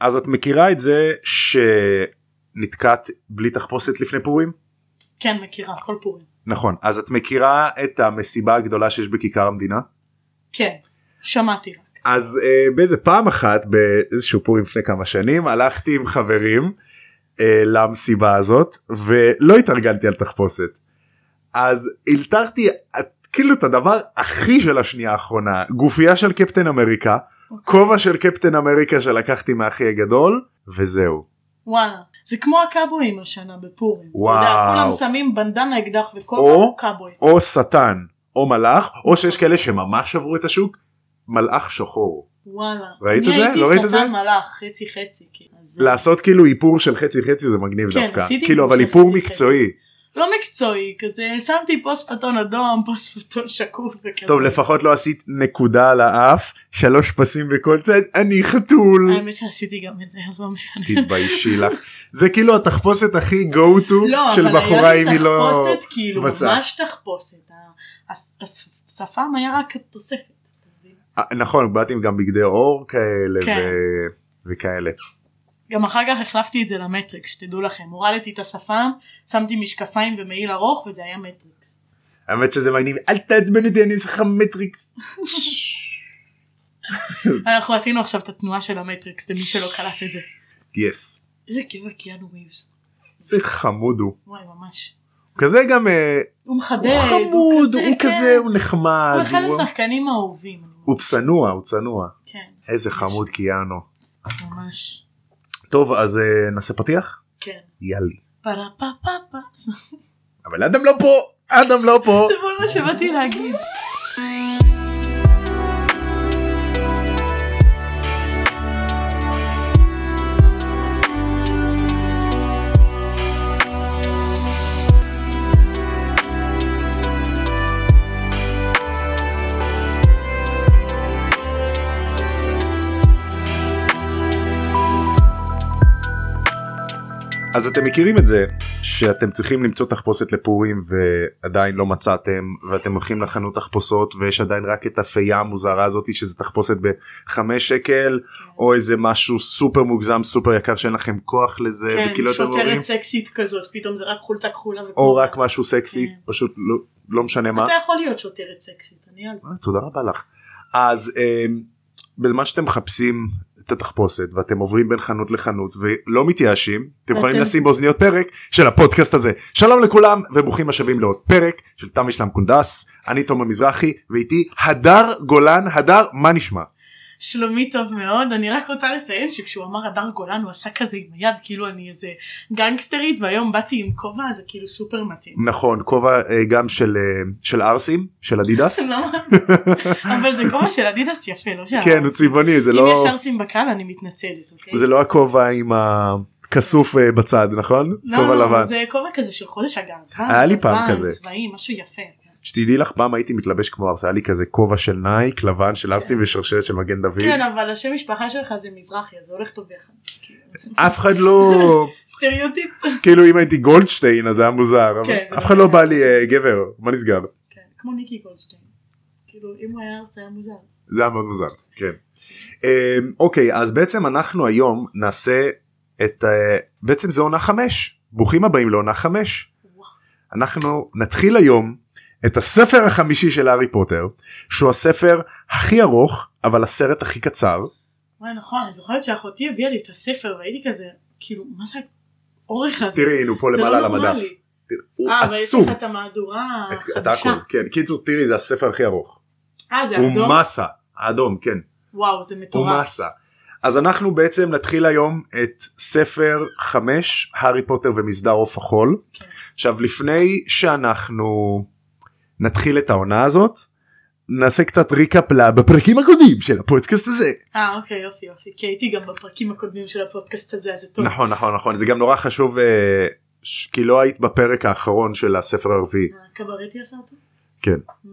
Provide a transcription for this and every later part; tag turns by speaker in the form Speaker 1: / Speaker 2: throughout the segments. Speaker 1: אז את מכירה את זה שנתקעת בלי תחפושת לפני פורים?
Speaker 2: כן, מכירה, כל פורים.
Speaker 1: נכון, אז את מכירה את המסיבה הגדולה שיש בכיכר המדינה?
Speaker 2: כן, שמעתי רק.
Speaker 1: אז אה, באיזה פעם אחת באיזשהו פורים לפני כמה שנים הלכתי עם חברים אה, למסיבה הזאת ולא התארגנתי על תחפושת. אז הלתרתי אה, כאילו את הדבר הכי של השנייה האחרונה גופייה של קפטן אמריקה כובע של קפטן אמריקה שלקחתי מהאחי הגדול וזהו.
Speaker 2: וואלה. זה כמו הקאבויים השנה בפורים.
Speaker 1: וואו.
Speaker 2: אתה יודע, כולם שמים בנדנה, אקדח
Speaker 1: או-
Speaker 2: וכובע, קאבוי.
Speaker 1: או שטן או מלאך או שיש כאלה שממש עברו את השוק מלאך שחור.
Speaker 2: וואלה.
Speaker 1: ראית את זה? לא
Speaker 2: אני
Speaker 1: ראית את
Speaker 2: הייתי
Speaker 1: זה?
Speaker 2: שטן מלאך, חצי חצי. כאילו, אז-
Speaker 1: לעשות כאילו איפור של חצי חצי זה מגניב
Speaker 2: כן,
Speaker 1: דווקא
Speaker 2: עשיתי
Speaker 1: כאילו
Speaker 2: איפור
Speaker 1: אבל
Speaker 2: של
Speaker 1: איפור
Speaker 2: חצי-חצי.
Speaker 1: מקצועי
Speaker 2: לא מקצועי, כזה שמתי פה שפתון אדום, פה שפתון שקוף וכזה.
Speaker 1: טוב לפחות לא עשית נקודה על האף שלוש פסים בכל צד אני חתול
Speaker 2: האמת שעשיתי גם את זה, אז לא משנה.
Speaker 1: תתביישי לך זה כאילו התחפושת הכי go to
Speaker 2: לא,
Speaker 1: של
Speaker 2: אבל
Speaker 1: בחורה
Speaker 2: היה
Speaker 1: אם
Speaker 2: לי
Speaker 1: היא לא
Speaker 2: תחפושת, כאילו,
Speaker 1: מצאה.
Speaker 2: ממש תחפושת. ה- הס- הס- השפם היה רק תוספת. אתה מבין?
Speaker 1: אה, נכון באת עם גם בגדי עור כאלה
Speaker 2: כן.
Speaker 1: ו- וכאלה
Speaker 2: גם אחר כך החלפתי את זה למטריקס, שתדעו לכם. הורדתי את השפם, שמתי משקפיים ומעיל ארוך, וזה היה מטריקס.
Speaker 1: האמת שזה מגניב אל תעצבן אותי אני אעשה לך מטריקס.
Speaker 2: אנחנו עשינו עכשיו את התנועה של המטריקס, למי שלא קלט את זה.
Speaker 1: יס.
Speaker 2: איזה קבע קיאנו ריבס.
Speaker 1: זה חמוד הוא.
Speaker 2: וואי, ממש.
Speaker 1: כזה גם אה,
Speaker 2: הוא מחבק,
Speaker 1: הוא חמוד הוא
Speaker 2: כן.
Speaker 1: כזה הוא
Speaker 2: הוא
Speaker 1: נחמד.
Speaker 2: אחד
Speaker 1: הוא-
Speaker 2: השחקנים האהובים.
Speaker 1: הוא צנוע הוא צנוע.
Speaker 2: כן,
Speaker 1: איזה חמוד קיאנו.
Speaker 2: ממש.
Speaker 1: טוב אז אה, נעשה פתיח?
Speaker 2: כן.
Speaker 1: יאללה.
Speaker 2: פרה פה פה פה.
Speaker 1: אבל אדם לא פה אדם לא פה.
Speaker 2: זה כל מה שבאתי להגיד.
Speaker 1: אז אתם מכירים את זה שאתם צריכים למצוא תחפושת לפורים ועדיין לא מצאתם ואתם הולכים לחנות תחפושות ויש עדיין רק את הפייה המוזרה הזאת שזה תחפושת בחמש שקל או איזה משהו סופר מוגזם סופר יקר שאין לכם כוח לזה
Speaker 2: כן,
Speaker 1: וכאילו אתם אומרים
Speaker 2: שוטרת סקסית כזאת, פתאום זה רק חולצה כחולה.
Speaker 1: או
Speaker 2: וכחולה.
Speaker 1: רק משהו סקסי
Speaker 2: כן.
Speaker 1: פשוט לא, לא משנה מה.
Speaker 2: אתה יכול להיות שוטרת סקסית, אני על זה.
Speaker 1: אה, תודה רבה לך. אז אה, בזמן שאתם מחפשים את התחפושת ואתם עוברים בין חנות לחנות ולא מתייאשים אתם יכולים
Speaker 2: ואתם-
Speaker 1: לשים באוזניות פרק של הפודקאסט הזה שלום לכולם וברוכים השבים לעוד פרק של תם ושלם קונדס אני תומר מזרחי ואיתי הדר גולן הדר מה נשמע
Speaker 2: שלומי טוב מאוד, אני רק רוצה לציין שכשהוא אמר הדר גולן הוא עשה כזה עם היד, כאילו אני איזה גנגסטרית, והיום באתי עם כובע, זה כאילו סופר מתאים.
Speaker 1: נכון כובע אה, גם של אה, של ערסים של אדידס
Speaker 2: למה? אבל זה כובע של אדידס יפה, לא של...
Speaker 1: לא. כן הוא צבעוני זה
Speaker 2: אם יש
Speaker 1: לא
Speaker 2: ערסים בקהל אני מתנצלת, אוקיי?
Speaker 1: זה לא הכובע עם הכסוף אה, בצד נכון כובע
Speaker 2: לא,
Speaker 1: לבן.
Speaker 2: זה כובע כזה של חודש הגאווה.
Speaker 1: היה לי פעם
Speaker 2: לבן,
Speaker 1: כזה.
Speaker 2: צבעים, משהו יפה.
Speaker 1: שתדעי לך פעם הייתי מתלבש כמו ארס היה לי כזה כובע של נייק לבן של ארסי ושרשרת של מגן דוד
Speaker 2: כן, אבל השם משפחה שלך זה מזרחי, אז זה הולך טוב ביחד. כאילו,
Speaker 1: אף אחד לא
Speaker 2: סטריאוטיפ.
Speaker 1: כאילו אם הייתי גולדשטיין אז זה היה מוזר
Speaker 2: כן,
Speaker 1: אבל
Speaker 2: זה
Speaker 1: אף אחד לא
Speaker 2: לא-
Speaker 1: בא לי "אה, גבר מה נסגר
Speaker 2: כן, כמו ניקי גולדשטיין. כאילו, אם הוא היה ארס היה מוזר.
Speaker 1: זה היה מאוד מוזר כן. אמ, אוקיי אז בעצם אנחנו היום נעשה את אה, בעצם זה עונה חמש ברוכים הבאים לעונה חמש
Speaker 2: וואו.
Speaker 1: אנחנו נתחיל היום את הספר החמישי של הארי פוטר שהוא הספר הכי ארוך אבל הסרט הכי קצר
Speaker 2: וואי, נכון, אני זוכרת שאחותי הביאה לי את הספר והייתי כזה, כאילו, מה זה האורך הזה?
Speaker 1: תראי הנה הוא פה
Speaker 2: זה לא
Speaker 1: למעלה על
Speaker 2: נורמלי.
Speaker 1: המדף. תראה, הוא
Speaker 2: אה, אבל יש
Speaker 1: עצום.
Speaker 2: לך את המהדורה
Speaker 1: את- את
Speaker 2: החדשה.
Speaker 1: הכל, כן. קיצור תראי זה הספר הכי ארוך.
Speaker 2: אה, זה
Speaker 1: הוא
Speaker 2: אדום?
Speaker 1: מסה, האדום כן,
Speaker 2: וואו, זה
Speaker 1: הוא
Speaker 2: מטורף.
Speaker 1: מסה. אז אנחנו בעצם נתחיל היום את ספר 5 הארי פוטר ומסדר עוף החול.
Speaker 2: כן.
Speaker 1: עכשיו לפני שאנחנו נתחיל את העונה הזאת נעשה קצת ריקאפ לה- בפרקים הקודמים של הפודקאסט הזה.
Speaker 2: אה, אוקיי, יופי, יופי. כי הייתי גם בפרקים הקודמים של הפודקאסט הזה, אז זה טוב.
Speaker 1: נכון נכון נכון זה גם נורא חשוב אה, ש- כי לא היית בפרק האחרון של הספר הרביעי.
Speaker 2: הקברטי עשה אה, אותו?
Speaker 1: כן.
Speaker 2: Mm.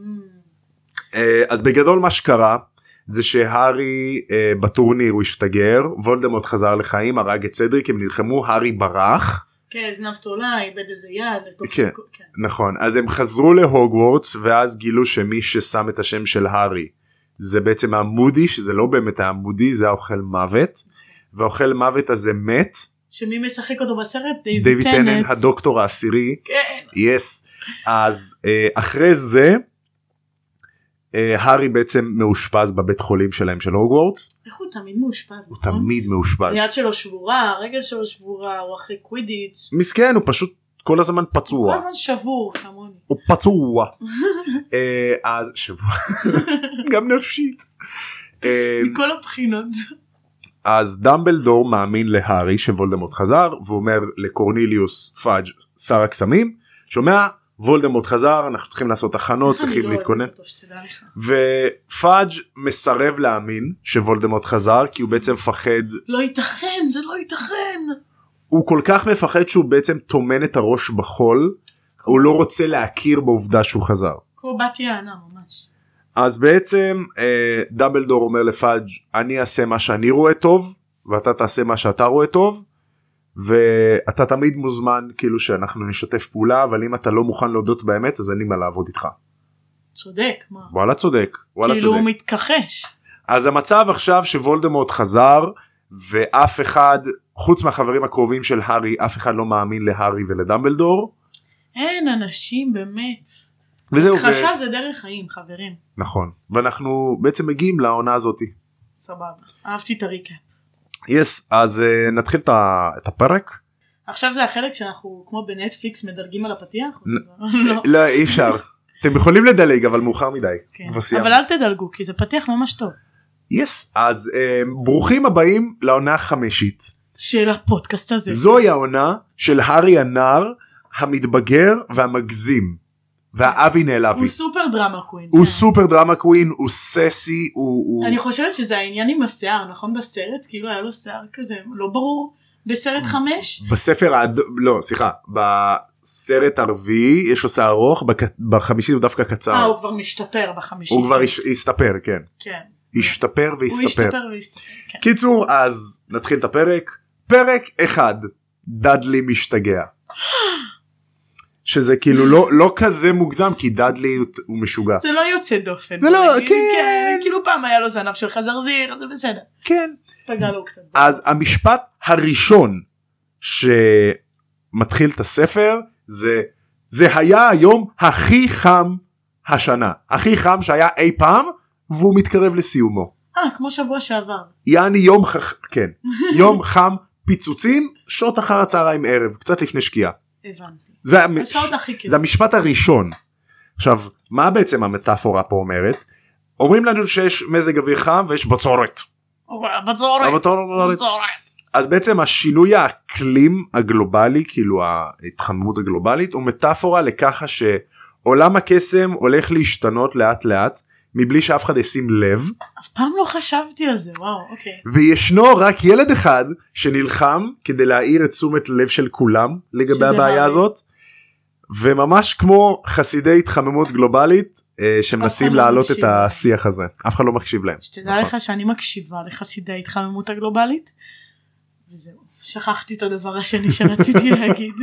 Speaker 1: אה, אז בגדול מה שקרה זה שהארי אה, בטורניר הוא השתגר וולדמורט חזר לחיים הרג את סדריק הם נלחמו הארי ברח
Speaker 2: כן, זנב תולה, איבד איזה יד, לתוך
Speaker 1: כן.
Speaker 2: שוק- כן.
Speaker 1: נכון אז הם חזרו להוגוורטס ואז גילו שמי ששם את השם של הארי זה בעצם המודי שזה לא באמת המודי זה האוכל מוות והאוכל מוות הזה מת,
Speaker 2: שמי משחק אותו בסרט?
Speaker 1: דיוויד
Speaker 2: דיוויד
Speaker 1: טננט
Speaker 2: טנט.
Speaker 1: הדוקטור העשירי,
Speaker 2: כן.
Speaker 1: יס. אז אה, אחרי זה, אה, הארי בעצם מאושפז בבית חולים שלהם של הוגוורטס,
Speaker 2: איך הוא תמיד מאושפז,
Speaker 1: הוא
Speaker 2: נכון?
Speaker 1: תמיד מאושפז.
Speaker 2: היד שלו שבורה, הרגל שלו שבורה, הוא אחרי קווידיץ'.
Speaker 1: מסכן, הוא פשוט כל הזמן
Speaker 2: כל
Speaker 1: פצוע.
Speaker 2: הזמן שבור כמוני.
Speaker 1: הוא פצוע. אה, אז שבוע. גם נפשית. אה,
Speaker 2: מכל הבחינות.
Speaker 1: אז דמבלדור מאמין להארי שוולדמורט חזר ואומר לקורניליוס פאג' שר הקסמים שומע וולדמורט חזר אנחנו צריכים לעשות הכנות צריכים
Speaker 2: אני לא
Speaker 1: להתכונן
Speaker 2: אוהבת אותו, שתדע לך.
Speaker 1: ופאג' מסרב להאמין שוולדמורט חזר כי הוא בעצם מפחד
Speaker 2: לא ייתכן, זה לא ייתכן.
Speaker 1: הוא כל כך מפחד שהוא בעצם טומן את הראש בחול הוא לא רוצה להכיר בעובדה שהוא חזר.
Speaker 2: כמו בת יענה ממש.
Speaker 1: אז בעצם אה, דמבלדור אומר לפאג' אני אעשה מה שאני רואה טוב ואתה תעשה מה שאתה רואה טוב ואתה תמיד מוזמן כאילו שאנחנו נשתף פעולה אבל אם אתה לא מוכן להודות באמת אז אין לי מה לעבוד איתך.
Speaker 2: צודק, מה?
Speaker 1: וואלה צודק וואלה
Speaker 2: כאילו הוא
Speaker 1: צודק.
Speaker 2: מתכחש.
Speaker 1: אז המצב עכשיו שוולדמורט חזר ואף אחד חוץ מהחברים הקרובים של הארי אף אחד לא מאמין להארי ולדמבלדור
Speaker 2: אין אנשים באמת.
Speaker 1: וזהו
Speaker 2: חשב זה דרך חיים חברים.
Speaker 1: ו... נכון ואנחנו בעצם מגיעים לעונה הזאתי.
Speaker 2: סבבה. אהבתי את הריקה.
Speaker 1: יס אז אה, נתחיל את ה- את הפרק.
Speaker 2: עכשיו זה החלק שאנחנו כמו בנטפליקס מדלגים על הפתיח? לא.
Speaker 1: לא אי אפשר אתם יכולים לדלג אבל מאוחר מדי.
Speaker 2: כן.
Speaker 1: כבר סיימנו.
Speaker 2: אבל אל תדלגו כי זה פתיח ממש טוב.
Speaker 1: יס אז אה, ברוכים הבאים לעונה החמישית
Speaker 2: של הפודקאסט הזה.
Speaker 1: זוהי העונה של הארי הנער המתבגר והמגזים והאבי נעלבי
Speaker 2: הוא סופר דרמה קווין.
Speaker 1: הוא
Speaker 2: כן.
Speaker 1: סופר דרמה קווין הוא ססי הוא הוא-
Speaker 2: אני חושבת שזה העניין עם השיער נכון בסרט כאילו היה לו שיער כזה לא ברור בסרט
Speaker 1: Mm.
Speaker 2: חמש
Speaker 1: בספר האדום לא סליחה בסרט הרביעי יש לו שיער ארוך בק- בחמישית הוא דווקא
Speaker 2: אה
Speaker 1: קצר
Speaker 2: הוא כבר משתפר בחמישית
Speaker 1: הוא כבר הש- הסתפר כן
Speaker 2: כן
Speaker 1: השתפר
Speaker 2: הוא
Speaker 1: והסתפר.
Speaker 2: השתפר והסתפר כן.
Speaker 1: קיצור אז נתחיל את הפרק פרק אחד דאדלי משתגע שזה כאילו לא לא כזה מוגזם כי דאדלי הוא- הוא משוגע
Speaker 2: זה לא יוצא דופן
Speaker 1: אה. זה לא,
Speaker 2: בוא נגיד.
Speaker 1: כן.
Speaker 2: כאילו פעם היה לו זנב של חזרזיר אז זה בסדר
Speaker 1: כן
Speaker 2: פגע לו קצת
Speaker 1: אז המשפט הראשון שמתחיל את הספר זה זה היה היום הכי חם השנה הכי חם שהיה אי פעם והוא מתקרב לסיומו
Speaker 2: אה כמו שבוע שעבר
Speaker 1: יעני יום חכ... כן יום חם פיצוצים שעות אחר הצהריים ערב קצת לפני שקיעה.
Speaker 2: הבנתי
Speaker 1: זה, המ-
Speaker 2: השעות הכי כיף
Speaker 1: זה המשפט הראשון. עכשיו מה בעצם המטאפורה פה אומרת? אומרים לנו שיש מזג אוויר חם ויש בצורת.
Speaker 2: בצהריים
Speaker 1: הבצורת-
Speaker 2: בצהריים
Speaker 1: אז בעצם השינוי האקלים הגלובלי כאילו ההתחממות הגלובלית הוא מטאפורה לככה שעולם הקסם הולך להשתנות לאט לאט מבלי שאף אחד ישים לב
Speaker 2: אף פעם לא חשבתי על זה וואו אוקיי
Speaker 1: וישנו רק ילד אחד שנלחם כדי להעיר את תשומת לב של כולם לגבי
Speaker 2: שזה
Speaker 1: הבעיה
Speaker 2: הארי.
Speaker 1: הזאת. וממש כמו חסידי התחממות גלובלית אה, שמנסים
Speaker 2: אחד לא
Speaker 1: להעלות את
Speaker 2: מקשיב להם.
Speaker 1: השיח הזה אף אחד לא מקשיב להם.
Speaker 2: שתדע לך שאני מקשיבה לחסידי ההתחממות הגלובלית וזהו שכחתי את הדבר השני שרציתי להגיד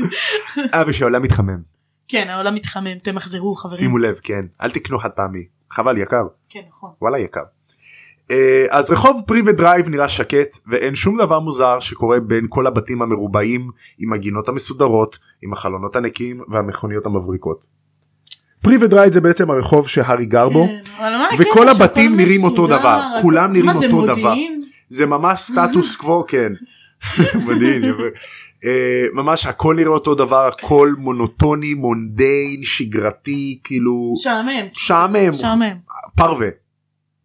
Speaker 1: אה ושהעולם מתחמם
Speaker 2: כן העולם מתחמם תמחזרו חברים
Speaker 1: שימו לב כן אל תקנו חד פעמי חבל יקר
Speaker 2: כן נכון
Speaker 1: וואלה יקר. אה, אז רחוב פרי ודרייב נראה שקט ואין שום דבר מוזר שקורה בין כל הבתים המרובעים עם הגינות המסודרות עם החלונות הנקיים והמכוניות המבריקות. פרי ודרייב זה בעצם הרחוב שהארי גר בו
Speaker 2: כן, אבל מה הקטע
Speaker 1: וכל
Speaker 2: שהכל
Speaker 1: הבתים נראים אותו
Speaker 2: מסודר?
Speaker 1: דבר, כולם נראים
Speaker 2: לא, מה זה,
Speaker 1: אותו דבר.
Speaker 2: מודיעין?
Speaker 1: זה ממש סטטוס קוו כן. מדהים. יפה. אה, ממש הכל נראה אותו דבר הכל מונוטוני מונדיין שגרתי כאילו
Speaker 2: משעמם
Speaker 1: שעמם
Speaker 2: משעמם
Speaker 1: פרווה.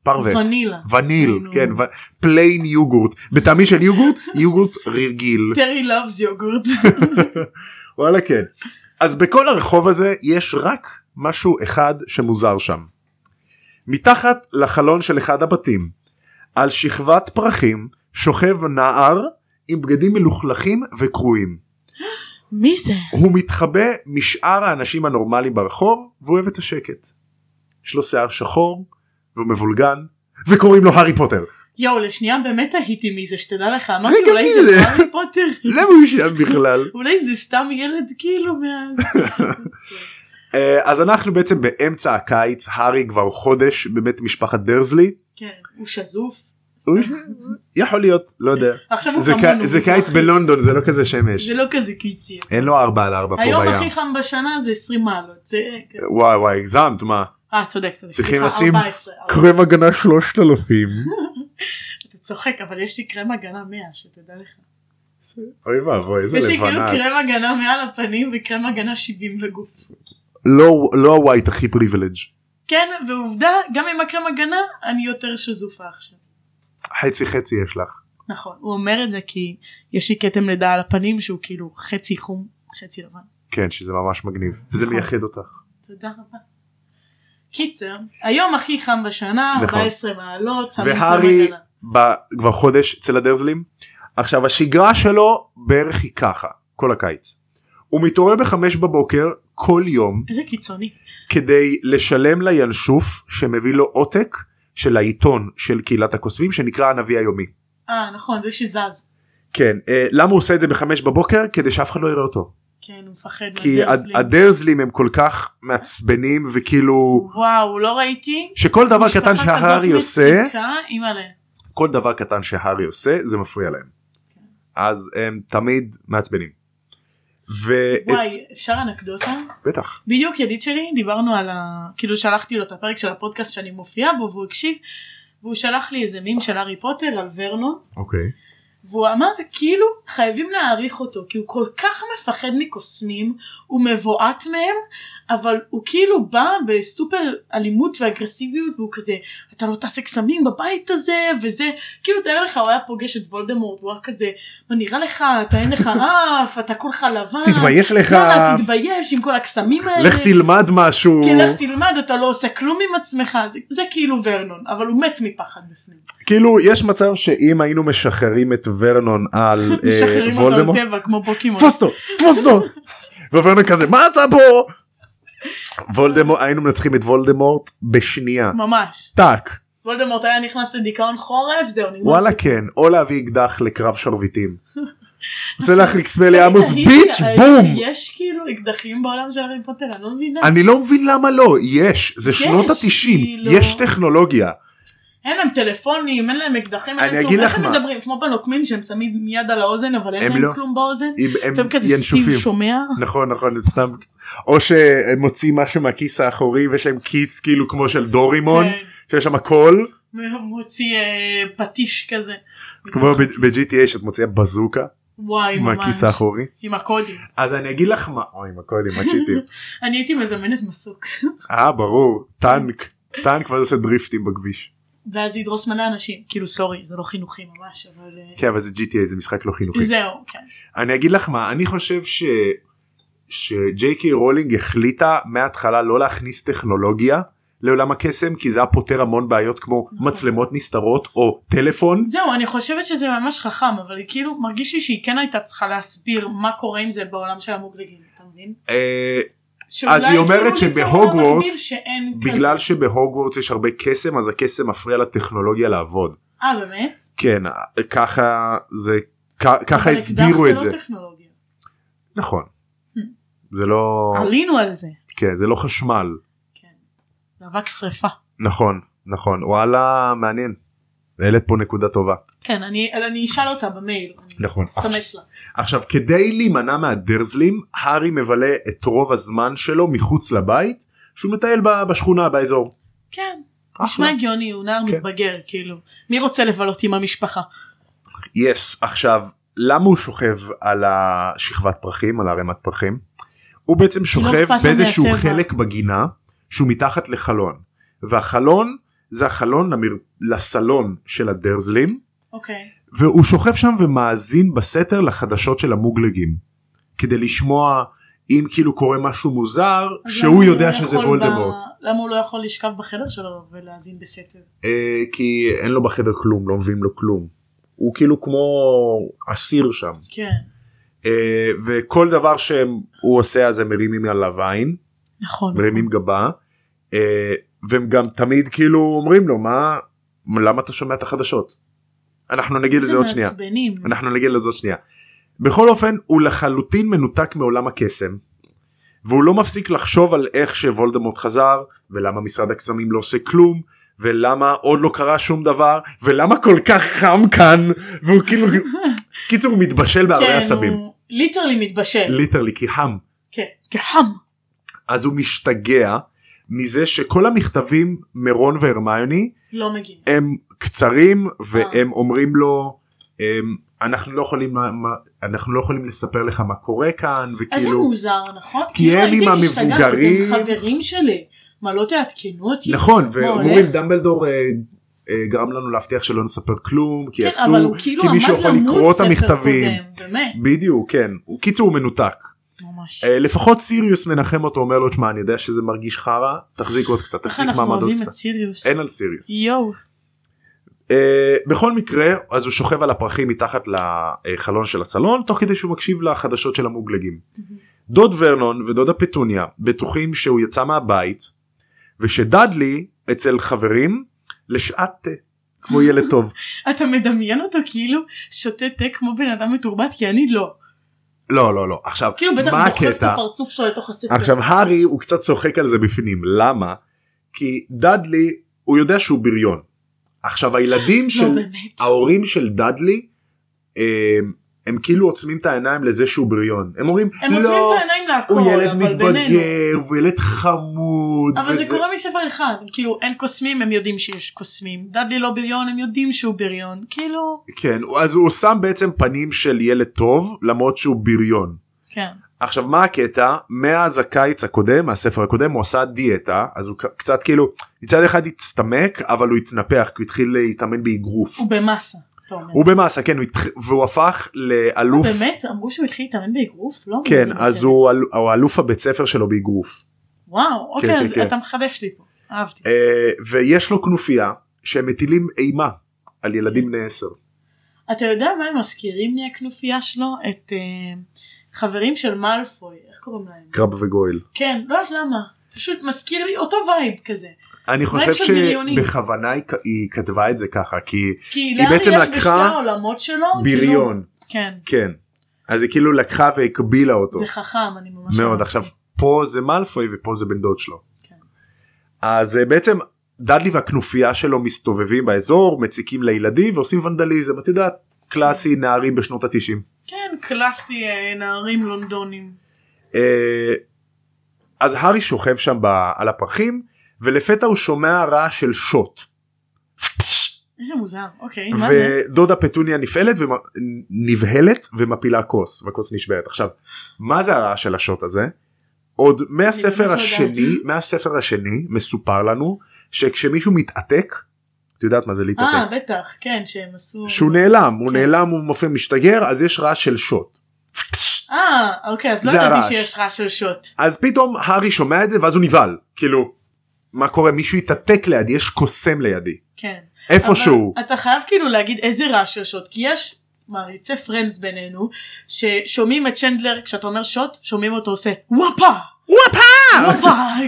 Speaker 1: פרווה.
Speaker 2: ונילה
Speaker 1: וניל
Speaker 2: כאילו.
Speaker 1: כן ו- פליין יוגורט בטעמים של יוגורט יוגורט רגיל
Speaker 2: טרי לאבס יוגורט
Speaker 1: וואלה כן אז בכל הרחוב הזה יש רק משהו אחד שמוזר שם. מתחת לחלון של אחד הבתים על שכבת פרחים שוכב נער עם בגדים מלוכלכים וקרועים.
Speaker 2: מי זה
Speaker 1: הוא מתחבא משאר האנשים הנורמליים ברחוב והוא אוהב את השקט. יש לו שיער שחור והוא מבולגן וקוראים לו הארי פוטר.
Speaker 2: יואו לשנייה באמת תהיתי מי זה שתדע לך אמרתי
Speaker 1: רגע,
Speaker 2: אולי
Speaker 1: מי
Speaker 2: זה
Speaker 1: זה?
Speaker 2: הארי פוטר
Speaker 1: למה הוא שם בכלל?
Speaker 2: אולי זה סתם ילד כאילו מאז
Speaker 1: אה, אז אנחנו בעצם באמצע הקיץ הארי כבר חודש בבית משפחת דרזלי
Speaker 2: כן הוא שזוף
Speaker 1: הוא- יכול להיות לא יודע
Speaker 2: עכשיו הוא
Speaker 1: זה
Speaker 2: כמונו,
Speaker 1: קי- זה
Speaker 2: מזרחי.
Speaker 1: קיץ בלונדון זה לא כזה שמש
Speaker 2: זה לא כזה קיצי.
Speaker 1: אין לו ארבע על ארבע פה
Speaker 2: היום הכי
Speaker 1: בים.
Speaker 2: חם בשנה זה 20 מעלות. זה... כן.
Speaker 1: וואי וואי הגזמת מה
Speaker 2: אה, צודק, צודק.
Speaker 1: צריכים
Speaker 2: סליחה,
Speaker 1: לשים
Speaker 2: 14, אבל-
Speaker 1: קרם הגנה 3000.
Speaker 2: אתה צוחק, אבל יש לי קרם הגנה 100, שתדע לך.
Speaker 1: אוי ואבוי איזה
Speaker 2: יש לי כאילו
Speaker 1: לבנה.
Speaker 2: קרם הגנה מעל הפנים וקרם הגנה 70 לגוף.
Speaker 1: לא לא הווייט הכי פריבילג'.
Speaker 2: כן, ועובדה, גם עם הקרם הגנה, אני יותר שזופה עכשיו.
Speaker 1: חצי חצי יש לך.
Speaker 2: נכון, הוא אומר את זה כי יש לי כתם לידה על הפנים שהוא כאילו חצי חום, חצי לבן.
Speaker 1: כן שזה ממש מגניב. וזה
Speaker 2: נכון.
Speaker 1: מייחד אותך.
Speaker 2: תודה רבה. קיצר, היום הכי חם בשנה,
Speaker 1: נכון.
Speaker 2: 14 מעלות, שמים קרם
Speaker 1: והארי
Speaker 2: הגנה.
Speaker 1: ב- כבר חודש אצל הדרזלים. עכשיו השגרה שלו בערך היא ככה כל הקיץ. הוא מתעורר בחמש בבוקר כל יום
Speaker 2: איזה קיצוני.
Speaker 1: כדי לשלם לינשוף שמביא לו עותק של העיתון של קהילת הקוסמים שנקרא הנביא היומי.
Speaker 2: אה, נכון, זה שזז.
Speaker 1: כן אה, למה הוא עושה את זה בחמש בבוקר כדי שאף אחד לא יראה אותו
Speaker 2: כן, הוא מפחד
Speaker 1: כי
Speaker 2: מהדרסלים.
Speaker 1: הד- הדרזלים הם כל כך מעצבנים וכאילו
Speaker 2: וואו, לא ראיתי.
Speaker 1: שכל דבר
Speaker 2: משפחה
Speaker 1: קטן
Speaker 2: כזאת
Speaker 1: שהארי עושה
Speaker 2: מציקה, אימא'לה.
Speaker 1: כל דבר קטן שהארי עושה זה מפריע להם.
Speaker 2: כן.
Speaker 1: אז הם תמיד מעצבנים. ובטח
Speaker 2: וואי, אפשר אנקדוטה? בדיוק ידיד שלי דיברנו על ה... כאילו שלחתי לו את הפרק של הפודקאסט שאני מופיעה בו והוא הקשיב והוא שלח לי איזה מים של הארי פוטר על ורנון
Speaker 1: אוקיי
Speaker 2: והוא אמר כאילו חייבים להעריך אותו כי הוא כל כך מפחד מקוסמים הוא מבועת מהם אבל הוא כאילו בא בסופר אלימות ואגרסיביות והוא כזה אתה לא תעשה קסמים בבית הזה וזה כאילו תאר לך הוא היה פוגש את וולדמורט והוא היה כזה מה נראה לך אתה אין לך אף אתה כולך לבן
Speaker 1: תתבייש לך
Speaker 2: אה, יאללה תתבייש עם כל הקסמים האלה
Speaker 1: לך תלמד משהו
Speaker 2: כן, לך תלמד, אתה לא עושה כלום עם עצמך, זה, זה כאילו ורנון, אבל הוא מת מפחד בפנים.
Speaker 1: כאילו יש מצב שאם היינו משחררים את ורנון על אה,
Speaker 2: משחררים אותו
Speaker 1: וולדמורט
Speaker 2: לטבע כמו פוקימון.
Speaker 1: תפוס אותו תפוס אותו וורנון כזה מה אתה פה וולדמורט היינו מנצחים את וולדמורט בשנייה
Speaker 2: ממש.
Speaker 1: טאק
Speaker 2: וולדמורט היה נכנס לדיכאון חורף, זהו, נגמר.
Speaker 1: וואלה
Speaker 2: הסיפור.
Speaker 1: כן או להביא אקדח לקרב שרביטים. עושה לך אקסמלי עמוס
Speaker 2: תגיד,
Speaker 1: ביץ'
Speaker 2: האם
Speaker 1: בום
Speaker 2: יש כאילו אקדחים בעולם של הארי פוטר, אני לא מבינה.
Speaker 1: אני לא מבין למה לא יש זה שנות התשעים
Speaker 2: כאילו.
Speaker 1: יש טכנולוגיה
Speaker 2: אין להם טלפונים, אין להם אקדחים, אין
Speaker 1: אני
Speaker 2: להם
Speaker 1: אגיד
Speaker 2: כלום. איך
Speaker 1: לך
Speaker 2: הם
Speaker 1: מה.
Speaker 2: מדברים? כמו בנוקמים שהם שמים יד על האוזן, אבל אין
Speaker 1: הם
Speaker 2: להם
Speaker 1: לא.
Speaker 2: כלום באוזן?
Speaker 1: אם הם
Speaker 2: והם כזה סטיב
Speaker 1: ינשופים
Speaker 2: שומע?
Speaker 1: נכון נכון סתם או שהם מוציאים משהו מהכיס האחורי ויש להם כיס כאילו כמו של דורימון
Speaker 2: כן.
Speaker 1: שיש שם הכל
Speaker 2: הוא מוציא אה, פטיש כזה.
Speaker 1: כמו ב- ב-GTA שאת מוציאה בזוקה
Speaker 2: וואי, ממש.
Speaker 1: מהכיס האחורי
Speaker 2: עם הקודים.
Speaker 1: אז אני אגיד לך מה אוי מה קודם מה צ'יטים
Speaker 2: אני הייתי מזמנת מסוק.
Speaker 1: אה ברור טנק טנק ואז עושה דריפטים בכביש
Speaker 2: ואז ידרוס מלא אנשים כאילו סורי זה לא חינוכי ממש אבל אה,
Speaker 1: כן אבל זה GTA זה משחק לא חינוכי
Speaker 2: זהו כן.
Speaker 1: אני אגיד לך מה אני חושב ש... שג'יי קיי רולינג החליטה מההתחלה לא להכניס טכנולוגיה לעולם הקסם כי זה היה פותר המון בעיות כמו
Speaker 2: נכון.
Speaker 1: מצלמות נסתרות או טלפון
Speaker 2: זהו אני חושבת שזה ממש חכם אבל היא כאילו מרגיש לי שהיא כן הייתה צריכה להסביר מה קורה עם זה בעולם של המוגלגים אתה מבין?
Speaker 1: אה,
Speaker 2: שאולי
Speaker 1: אז היא אומרת
Speaker 2: כאילו ליצור עולם
Speaker 1: שבהוגוורטס,
Speaker 2: מקביל שאין כזה.
Speaker 1: בגלל שבהוגוורטס יש הרבה קסם אז הקסם מפריע לטכנולוגיה לעבוד
Speaker 2: אה באמת?
Speaker 1: כן אה, ככה זה כ- ככה
Speaker 2: אבל
Speaker 1: הסבירו את
Speaker 2: אקדח
Speaker 1: זה
Speaker 2: זה לא טכנולוגיה.
Speaker 1: נכון
Speaker 2: Hmm.
Speaker 1: זה לא
Speaker 2: עלינו על זה.
Speaker 1: כן זה לא חשמל
Speaker 2: כן. מאבק שרפה.
Speaker 1: נכון נכון וואלה מעניין העלית פה נקודה טובה
Speaker 2: כן אני אני אשאל אותה במייל. אני
Speaker 1: נכון
Speaker 2: אסמס לה.
Speaker 1: עכשיו כדי להימנע מהדרזלים הארי מבלה את רוב הזמן שלו מחוץ לבית שהוא מטייל ב- בשכונה באזור.
Speaker 2: כן.
Speaker 1: אחלה.
Speaker 2: נשמע הגיוני הוא נער
Speaker 1: כן.
Speaker 2: מתבגר כאילו. מי רוצה לבלות עם המשפחה?
Speaker 1: יס yes, עכשיו למה הוא שוכב על השכבת פרחים על ערימת פרחים? הוא בעצם שוכב
Speaker 2: לא אכפת לו
Speaker 1: באיזשהו
Speaker 2: מהטבע.
Speaker 1: חלק בגינה שהוא מתחת לחלון והחלון זה החלון למר... לסלון של הדרזלים
Speaker 2: אוקיי.
Speaker 1: והוא שוכב שם ומאזין בסתר לחדשות של המוגלגים כדי לשמוע אם כאילו קורה משהו מוזר
Speaker 2: אז למה
Speaker 1: שהוא
Speaker 2: הוא
Speaker 1: יודע
Speaker 2: לא
Speaker 1: שזה
Speaker 2: יכול
Speaker 1: וולדמורט
Speaker 2: ב- למה הוא לא יכול לשכב בחדר שלו ולהאזין בסתר?
Speaker 1: אה, כי אין לו בחדר כלום לא מביאים לו כלום הוא כאילו כמו אסיר שם
Speaker 2: כן.
Speaker 1: אה, וכל דבר שהוא עושה אז הם מרימים עליו עין
Speaker 2: נכון.
Speaker 1: מרימים גבה אה, והם גם תמיד כאילו אומרים לו מה למה אתה שומע את החדשות אנחנו נגיד לזה כאילו עוד שנייה
Speaker 2: איזה מעצבנים.
Speaker 1: אנחנו נגיד לזה עוד שנייה. בכל אופן הוא לחלוטין מנותק מעולם הקסם והוא לא מפסיק לחשוב על איך שוולדמורט חזר ולמה משרד הקסמים לא עושה כלום ולמה עוד לא קרה שום דבר ולמה כל כך חם כאן והוא כאילו קיצור הוא מתבשל בהרבה עצבים
Speaker 2: כן, הוא ליטרלי מתבשל.
Speaker 1: ליטרלי כי חם
Speaker 2: כן. כחם.
Speaker 1: אז הוא משתגע מזה שכל המכתבים מרון והרמיוני
Speaker 2: לא מגיעים.
Speaker 1: הם קצרים
Speaker 2: אה.
Speaker 1: והם אומרים לו אמ, אנחנו לא יכולים מה- מה- אנחנו לא יכולים לספר לך מה קורה כאן
Speaker 2: איזה
Speaker 1: וכאילו
Speaker 2: מוזר נכון?
Speaker 1: כאילו, כי
Speaker 2: כאילו,
Speaker 1: הם עם
Speaker 2: הייתי משתגעת,
Speaker 1: המבוגרים.
Speaker 2: אתם חברים שלי. מה לא תעדכנו אותי?
Speaker 1: נכון
Speaker 2: מה הולך?
Speaker 1: ואומרים דמבלדור אה, אה, גרם לנו להבטיח שלא נספר כלום כי
Speaker 2: כן,
Speaker 1: אסור
Speaker 2: אבל הוא כאילו
Speaker 1: כי מישהו
Speaker 2: עמד
Speaker 1: יכול
Speaker 2: למות
Speaker 1: לקרוא את
Speaker 2: ספר
Speaker 1: המכתבים
Speaker 2: קודם, באמת.
Speaker 1: בדיוק כן הוא- קיצור הוא מנותק
Speaker 2: ממש.
Speaker 1: אה, לפחות סיריוס מנחם אותו אומר לו תשמע אני יודע שזה מרגיש חרא תחזיק עוד קצת
Speaker 2: איך
Speaker 1: תחזיק
Speaker 2: אנחנו
Speaker 1: מעמד עוד
Speaker 2: אוהבים
Speaker 1: קצת
Speaker 2: את סיריוס.
Speaker 1: אין על סיריוס.
Speaker 2: יואו.
Speaker 1: אה, בכל מקרה אז הוא שוכב על הפרחים מתחת לחלון של הסלון תוך כדי שהוא מקשיב לחדשות של המוגלגים. דוד ורנון ודודה פטוניה בטוחים שהוא יצא מהבית ושדדלי אצל חברים לשעת תה כמו ילד טוב.
Speaker 2: אתה מדמיין אותו כאילו שותה תה כמו בן אדם מתורבת כי אני לא.
Speaker 1: לא לא לא עכשיו
Speaker 2: כאילו בטח
Speaker 1: מה
Speaker 2: דוחף את
Speaker 1: הקטע
Speaker 2: הפרצוף שלו לתוך הספר. לא,
Speaker 1: עכשיו הארי הוא קצת צוחק על זה בפנים למה כי דדלי הוא יודע שהוא בריון. עכשיו הילדים
Speaker 2: לא
Speaker 1: של
Speaker 2: באמת.
Speaker 1: ההורים של דאדלי הם, הם כאילו עוצמים את העיניים לזה שהוא בריון הם אומרים
Speaker 2: הם עוצמים
Speaker 1: לא
Speaker 2: את העיניים להכל.
Speaker 1: הוא ילד
Speaker 2: אבל בינינו.
Speaker 1: מתבגר הוא ילד חמוד
Speaker 2: אבל
Speaker 1: וזה
Speaker 2: זה קורה מספר אחד, כאילו אין קוסמים הם יודעים שיש קוסמים, דאדלי לא בריון הם יודעים שהוא בריון, כאילו,
Speaker 1: כן אז הוא שם בעצם פנים של ילד טוב למרות שהוא בריון.
Speaker 2: כן,
Speaker 1: עכשיו מה הקטע מאז הקיץ הקודם הספר הקודם הוא עשה דיאטה אז הוא ק- קצת כאילו מצד אחד הצטמק אבל הוא התנפח כי הוא התחיל להתאמן באגרוף
Speaker 2: הוא במאסה, אתה אומר.
Speaker 1: הוא במאסה כן הוא התח... והוא הפך לאלוף
Speaker 2: באמת? אמרו שהוא התחיל להתאמן באגרוף? לא?
Speaker 1: כן
Speaker 2: אמרתי
Speaker 1: אז
Speaker 2: בסדר.
Speaker 1: הוא, אל... הוא אלוף הבית ספר שלו באגרוף
Speaker 2: וואו, אוקיי,
Speaker 1: כן,
Speaker 2: אז
Speaker 1: כן.
Speaker 2: אתה מחדש לי פה, אהבתי.
Speaker 1: אה, ויש לו כנופיה שהם מטילים אימה על ילדים בני 10.
Speaker 2: אתה יודע מה הם מזכירים לי הכנופיה שלו? את אה, חברים של מאלפוי, איך קוראים להם?
Speaker 1: קרב וגואל.
Speaker 2: כן, לא יודעת למה, פשוט מזכיר לי אותו וייב כזה.
Speaker 1: אני חושב
Speaker 2: של בריונים.
Speaker 1: שבכוונה היא, כ- היא כתבה את זה ככה כי
Speaker 2: כי
Speaker 1: היא
Speaker 2: לארי יש
Speaker 1: בעצם
Speaker 2: בשתי
Speaker 1: לקחה
Speaker 2: העולמות שלו, אה, כאילו,
Speaker 1: בריון
Speaker 2: כן,
Speaker 1: כן אז היא כאילו לקחה והקבילה אותו
Speaker 2: זה חכם, אני ממש...
Speaker 1: מאוד
Speaker 2: אהבתי.
Speaker 1: עכשיו פה זה מאלפוי ופה זה בן דוד שלו.
Speaker 2: כן.
Speaker 1: אז אה, בעצם דדלי והכנופיה שלו מסתובבים באזור מציקים לילדים ועושים ונדליזם את יודעת קלאסי נערים בשנות התשעים.
Speaker 2: כן, קלאסי אה, נערים לונדונים.
Speaker 1: אה, אז הארי שוכב שם ב, על הפרחים ולפתע הוא שומע רעש של שוט
Speaker 2: איזה מוזר, אוקיי, אה, מה זה?
Speaker 1: ודודה פטוניה נפעלת ונבהלת ומפילה כוס והכוס נשברת עכשיו מה זה הרעש של השוט הזה עוד מהספר
Speaker 2: ממש לא יודעת.
Speaker 1: השני מהספר השני מסופר לנו שכשמישהו מתעתק את יודעת מה זה
Speaker 2: אה,
Speaker 1: להתעתק
Speaker 2: בטח, כן, שהם עשו...
Speaker 1: שהוא נעלם הוא
Speaker 2: כן.
Speaker 1: נעלם הוא מופיע משתגר אז יש רעש של שוט.
Speaker 2: אה, אוקיי, אז לא
Speaker 1: זה
Speaker 2: ידעתי
Speaker 1: הרעש.
Speaker 2: שיש רעש של שוט.
Speaker 1: אז פתאום הארי שומע את זה ואז הוא נבהל כאילו מה קורה מישהו התעתק לידי יש קוסם לידי
Speaker 2: כן.
Speaker 1: איפשהו
Speaker 2: אבל אתה חייב כאילו להגיד איזה רעש של שוט, כי יש מעריצי פרנדס בינינו, ששומעים את צ'נדלר, כשאתה אומר שוט, שומעים אותו עושה וואפה! וואפה!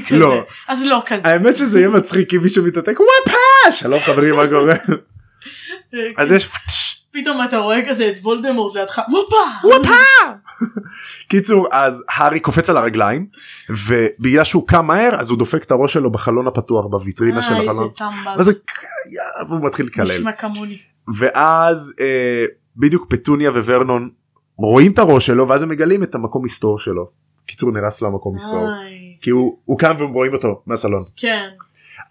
Speaker 2: כזה.
Speaker 1: אה! לא.
Speaker 2: אז לא כזה.
Speaker 1: האמת שזה יהיה מצחיק אם מישהו מתעתק וואפה שלום חברים מה קורה אז יש פטש,
Speaker 2: אה, כאילו, פתאום אתה רואה כזה את וולדמורט לידך, וואפה!
Speaker 1: וואפה קיצור אז הארי קופץ על הרגליים ובגלל שהוא קם מהר אז הוא דופק את הראש שלו בחלון הפתוח בוויטרינה של
Speaker 2: אה, איזה
Speaker 1: החלון
Speaker 2: טמבל.
Speaker 1: ואז הוא ק- והוא מתחיל לקלל
Speaker 2: נשמע כמוני.
Speaker 1: ואז אה, בדיוק פטוניה וורנון רואים את הראש שלו ואז הם מגלים את המקום מסתור שלו. קיצור נרס לו המקום מסתור.
Speaker 2: איי,
Speaker 1: כי הוא, הוא קם והם רואים אותו מהסלון.
Speaker 2: כן.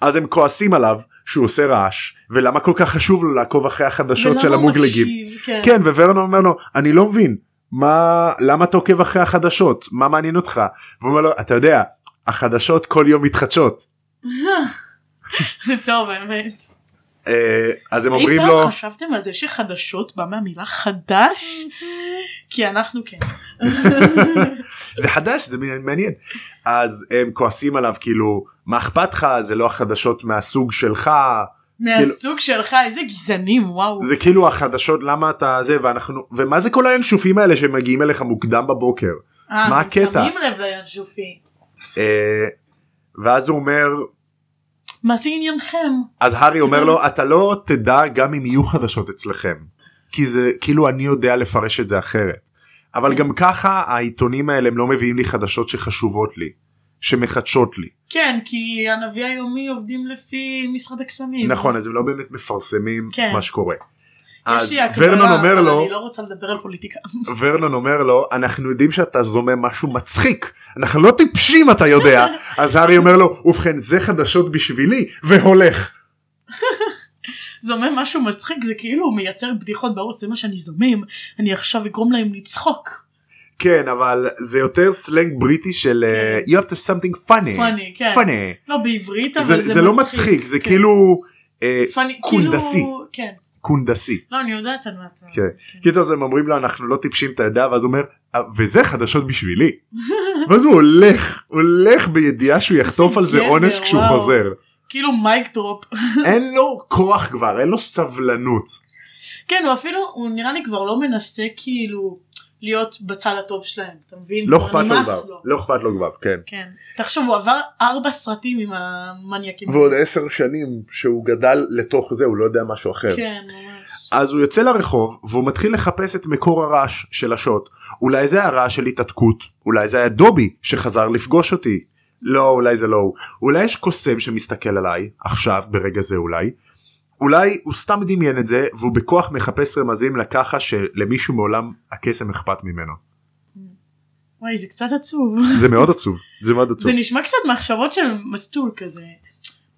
Speaker 1: אז הם כועסים עליו שהוא עושה רעש ולמה כל כך חשוב לו לעקוב אחרי החדשות
Speaker 2: ולמה
Speaker 1: של
Speaker 2: הוא
Speaker 1: המוגלגים.
Speaker 2: מקשיב, כן.
Speaker 1: כן וורנון אומר לו אני לא מבין מה למה אתה עוקב אחרי החדשות מה מעניין אותך. והוא אומר לו אתה יודע החדשות כל יום מתחדשות.
Speaker 2: זה טוב האמת.
Speaker 1: אה, אז הם
Speaker 2: אי
Speaker 1: אומרים
Speaker 2: פעם
Speaker 1: לו
Speaker 2: חשבתם על זה שחדשות בא מהמילה חדש? כי אנחנו כן.
Speaker 1: כאילו- זה חדש זה מעניין אז הם כועסים עליו כאילו מה אכפת לך זה לא החדשות מהסוג שלך
Speaker 2: מהסוג שלך איזה גזענים וואו.
Speaker 1: זה כאילו החדשות למה אתה זה ואנחנו ומה זה כל הינשופים האלה שמגיעים אליך מוקדם בבוקר
Speaker 2: אה,
Speaker 1: מה
Speaker 2: אז הם
Speaker 1: הקטע?
Speaker 2: שמים לב לינשופי.
Speaker 1: אה, ואז הוא אומר
Speaker 2: מה זה עניינכם?
Speaker 1: אז הארי אומר לו אתה לא תדע גם אם יהיו חדשות אצלכם כי זה כאילו אני יודע לפרש את זה אחרת אבל גם ככה העיתונים האלה הם לא מביאים לי חדשות שחשובות לי שמחדשות לי.
Speaker 2: כן, כי הנביא היומי עובדים לפי משרד הקסמים.
Speaker 1: נכון אז הם לא באמת מפרסמים
Speaker 2: כן.
Speaker 1: מה שקורה.
Speaker 2: יש
Speaker 1: אז
Speaker 2: לי הקבלה,
Speaker 1: ורנון אומר
Speaker 2: אבל
Speaker 1: לו,
Speaker 2: אני לא רוצה לדבר על פוליטיקה.
Speaker 1: ורנון אומר לו אנחנו יודעים שאתה זומם משהו מצחיק אנחנו לא טיפשים אתה יודע אז הארי אומר לו ובכן זה חדשות בשבילי והולך
Speaker 2: זה אומר משהו מצחיק, זה כאילו הוא מייצר בדיחות בראש, זה מה שאני זומם, אני עכשיו אגרום להם לצחוק.
Speaker 1: כן אבל זה יותר סלנג בריטי של אה, you have to something funny
Speaker 2: כן. Funny, כן.
Speaker 1: funny
Speaker 2: לא בעברית, אבל
Speaker 1: זה,
Speaker 2: זה,
Speaker 1: זה לא מצחיק זה
Speaker 2: כן.
Speaker 1: כאילו אה,
Speaker 2: פאני,
Speaker 1: קונדסי.
Speaker 2: כאילו, כן.
Speaker 1: קונדסי.
Speaker 2: לא, אני יודעת על מה אתה...
Speaker 1: כן. קיצור אז הם אומרים לו אנחנו לא טיפשים אתה יודע ואז הוא אומר "אה, וזה חדשות בשבילי ואז הוא הולך הולך בידיעה שהוא יחטוף על זה
Speaker 2: גבר,
Speaker 1: עונש כשהוא
Speaker 2: וואו.
Speaker 1: חוזר
Speaker 2: כאילו מייק דרופ.
Speaker 1: אין לו כוח כבר אין לו סבלנות
Speaker 2: כן, הוא אפילו, הוא נראה לי כבר לא מנסה כאילו להיות בצד הטוב שלהם, אתה מבין?
Speaker 1: לא
Speaker 2: כבר
Speaker 1: אכפת לו
Speaker 2: נמאס
Speaker 1: כבר לא אכפת לו כבר כן
Speaker 2: כן. תחשוב, הוא עבר ארבע סרטים עם המניאקים.
Speaker 1: ועוד עשר שנים שהוא גדל לתוך זה הוא לא יודע משהו אחר
Speaker 2: כן, ממש.
Speaker 1: אז הוא יוצא לרחוב והוא מתחיל לחפש את מקור הרעש של השוט. אולי זה הרעש של התעתקות, אולי זה היה דובי שחזר לפגוש אותי. לא, אולי זה לא הוא. אולי יש קוסם שמסתכל עליי, עכשיו, ברגע זה אולי. אולי הוא סתם דמיין את זה והוא בכוח מחפש רמזים לככה שלמישהו מעולם הקסם אכפת ממנו.
Speaker 2: וואי, זה קצת עצוב.
Speaker 1: זה מאוד עצוב, זה מאוד עצוב.
Speaker 2: זה נשמע קצת מחשבות של מסטול כזה.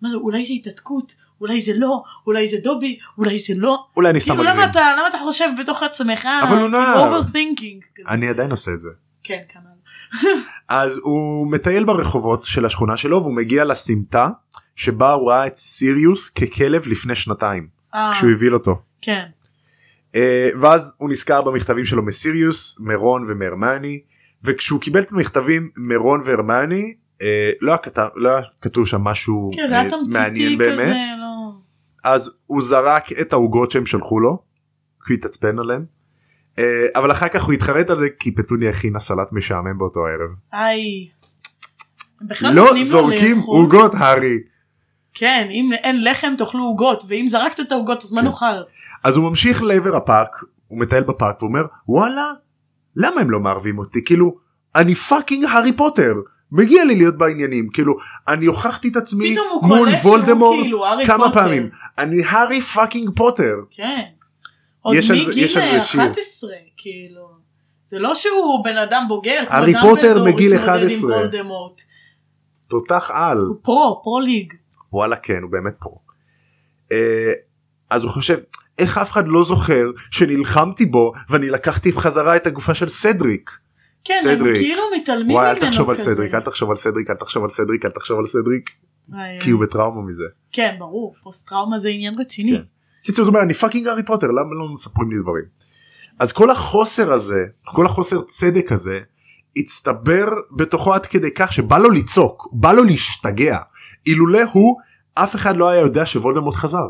Speaker 2: מה זה, אולי זה התעתקות, אולי זה לא, אולי זה דובי, אולי זה לא.
Speaker 1: אולי אני סתם
Speaker 2: כאילו
Speaker 1: מגזים.
Speaker 2: למה אתה, למה אתה חושב בתוך עצמך? כאילו,
Speaker 1: אבל הוא נער.
Speaker 2: overthinking. כזה.
Speaker 1: אני עדיין עושה את זה.
Speaker 2: כן, כנ"ל.
Speaker 1: אז הוא מטייל ברחובות של השכונה שלו והוא מגיע לסמטה שבה הוא ראה את סיריוס ככלב לפני שנתיים.
Speaker 2: אה,
Speaker 1: כשהוא הבהיל אותו.
Speaker 2: כן.
Speaker 1: אה, ואז הוא נזכר במכתבים שלו מסיריוס, מרון ומהרמני, וכשהוא קיבל את המכתבים מרון והרמני, אה, לא היה כתב- לא היה כתוב שם משהו
Speaker 2: כן, זה היה
Speaker 1: אה,
Speaker 2: תמציתי
Speaker 1: מעניין
Speaker 2: כזה,
Speaker 1: באמת,
Speaker 2: לא.
Speaker 1: אז הוא זרק את העוגות שהם שלחו לו, כי הוא התעצבן עליהם, אה, אבל אחר כך הוא התחרט על זה כי פטוניה הכינה סלט משעמם באותו ערב.
Speaker 2: היי. הם בכלל
Speaker 1: לא
Speaker 2: נותנים לו
Speaker 1: זורקים
Speaker 2: לאכול.
Speaker 1: עוגות הארי.
Speaker 2: כן, אם אין לחם תאכלו עוגות, ואם זרקת את העוגות אז מה
Speaker 1: כן.
Speaker 2: נאכל?
Speaker 1: אז הוא ממשיך לעבר הפארק, הוא מטייל בפארק ואומר וואלה למה הם לא מערבים אותי כאילו אני פאקינג הארי פוטר מגיע לי להיות בעניינים כאילו אני הוכחתי את עצמי
Speaker 2: פתאום הוא
Speaker 1: מול
Speaker 2: קולט שהוא
Speaker 1: וולדמורט
Speaker 2: כאילו הארי
Speaker 1: כמה
Speaker 2: פוטר.
Speaker 1: פעמים אני הארי פאקינג פוטר
Speaker 2: כן. עוד
Speaker 1: יש על זה-
Speaker 2: מגיל
Speaker 1: יש על זה שיר.
Speaker 2: 11, כאילו. זה לא שהוא בן אדם בוגר, כמו
Speaker 1: הארי פוטר
Speaker 2: דמבלדור
Speaker 1: מגיל
Speaker 2: התמודד
Speaker 1: 11.
Speaker 2: עם וולדמורט.
Speaker 1: תותח על
Speaker 2: הוא פרו, פרו ליג.
Speaker 1: וואלה כן הוא באמת פה. אה, אז הוא חושב איך אף אחד לא זוכר שנלחמתי בו ואני לקחתי בחזרה את הגופה של סדריק.
Speaker 2: כן,
Speaker 1: סדריק.
Speaker 2: הם כאילו מתעלמים ממנו
Speaker 1: וואי אל
Speaker 2: כזה.
Speaker 1: תחשוב על סדריק אל תחשוב על סדריק אל תחשוב על סדריק אל תחשוב על סדריק
Speaker 2: וואי,
Speaker 1: כי הוא בטראומה מזה.
Speaker 2: אה, כן, ברור, פוסט טראומה זה עניין רציני.
Speaker 1: כן. קיצור זאת אומרת אני פאקינג הארי פוטר למה לא מספרים לי דברים. אז כל החוסר הזה כל החוסר צדק הזה הצטבר בתוכו עד כדי כך שבא לו לצעוק בא לו להשתגע אילולא הוא אף אחד לא היה יודע שוולדמורט חזר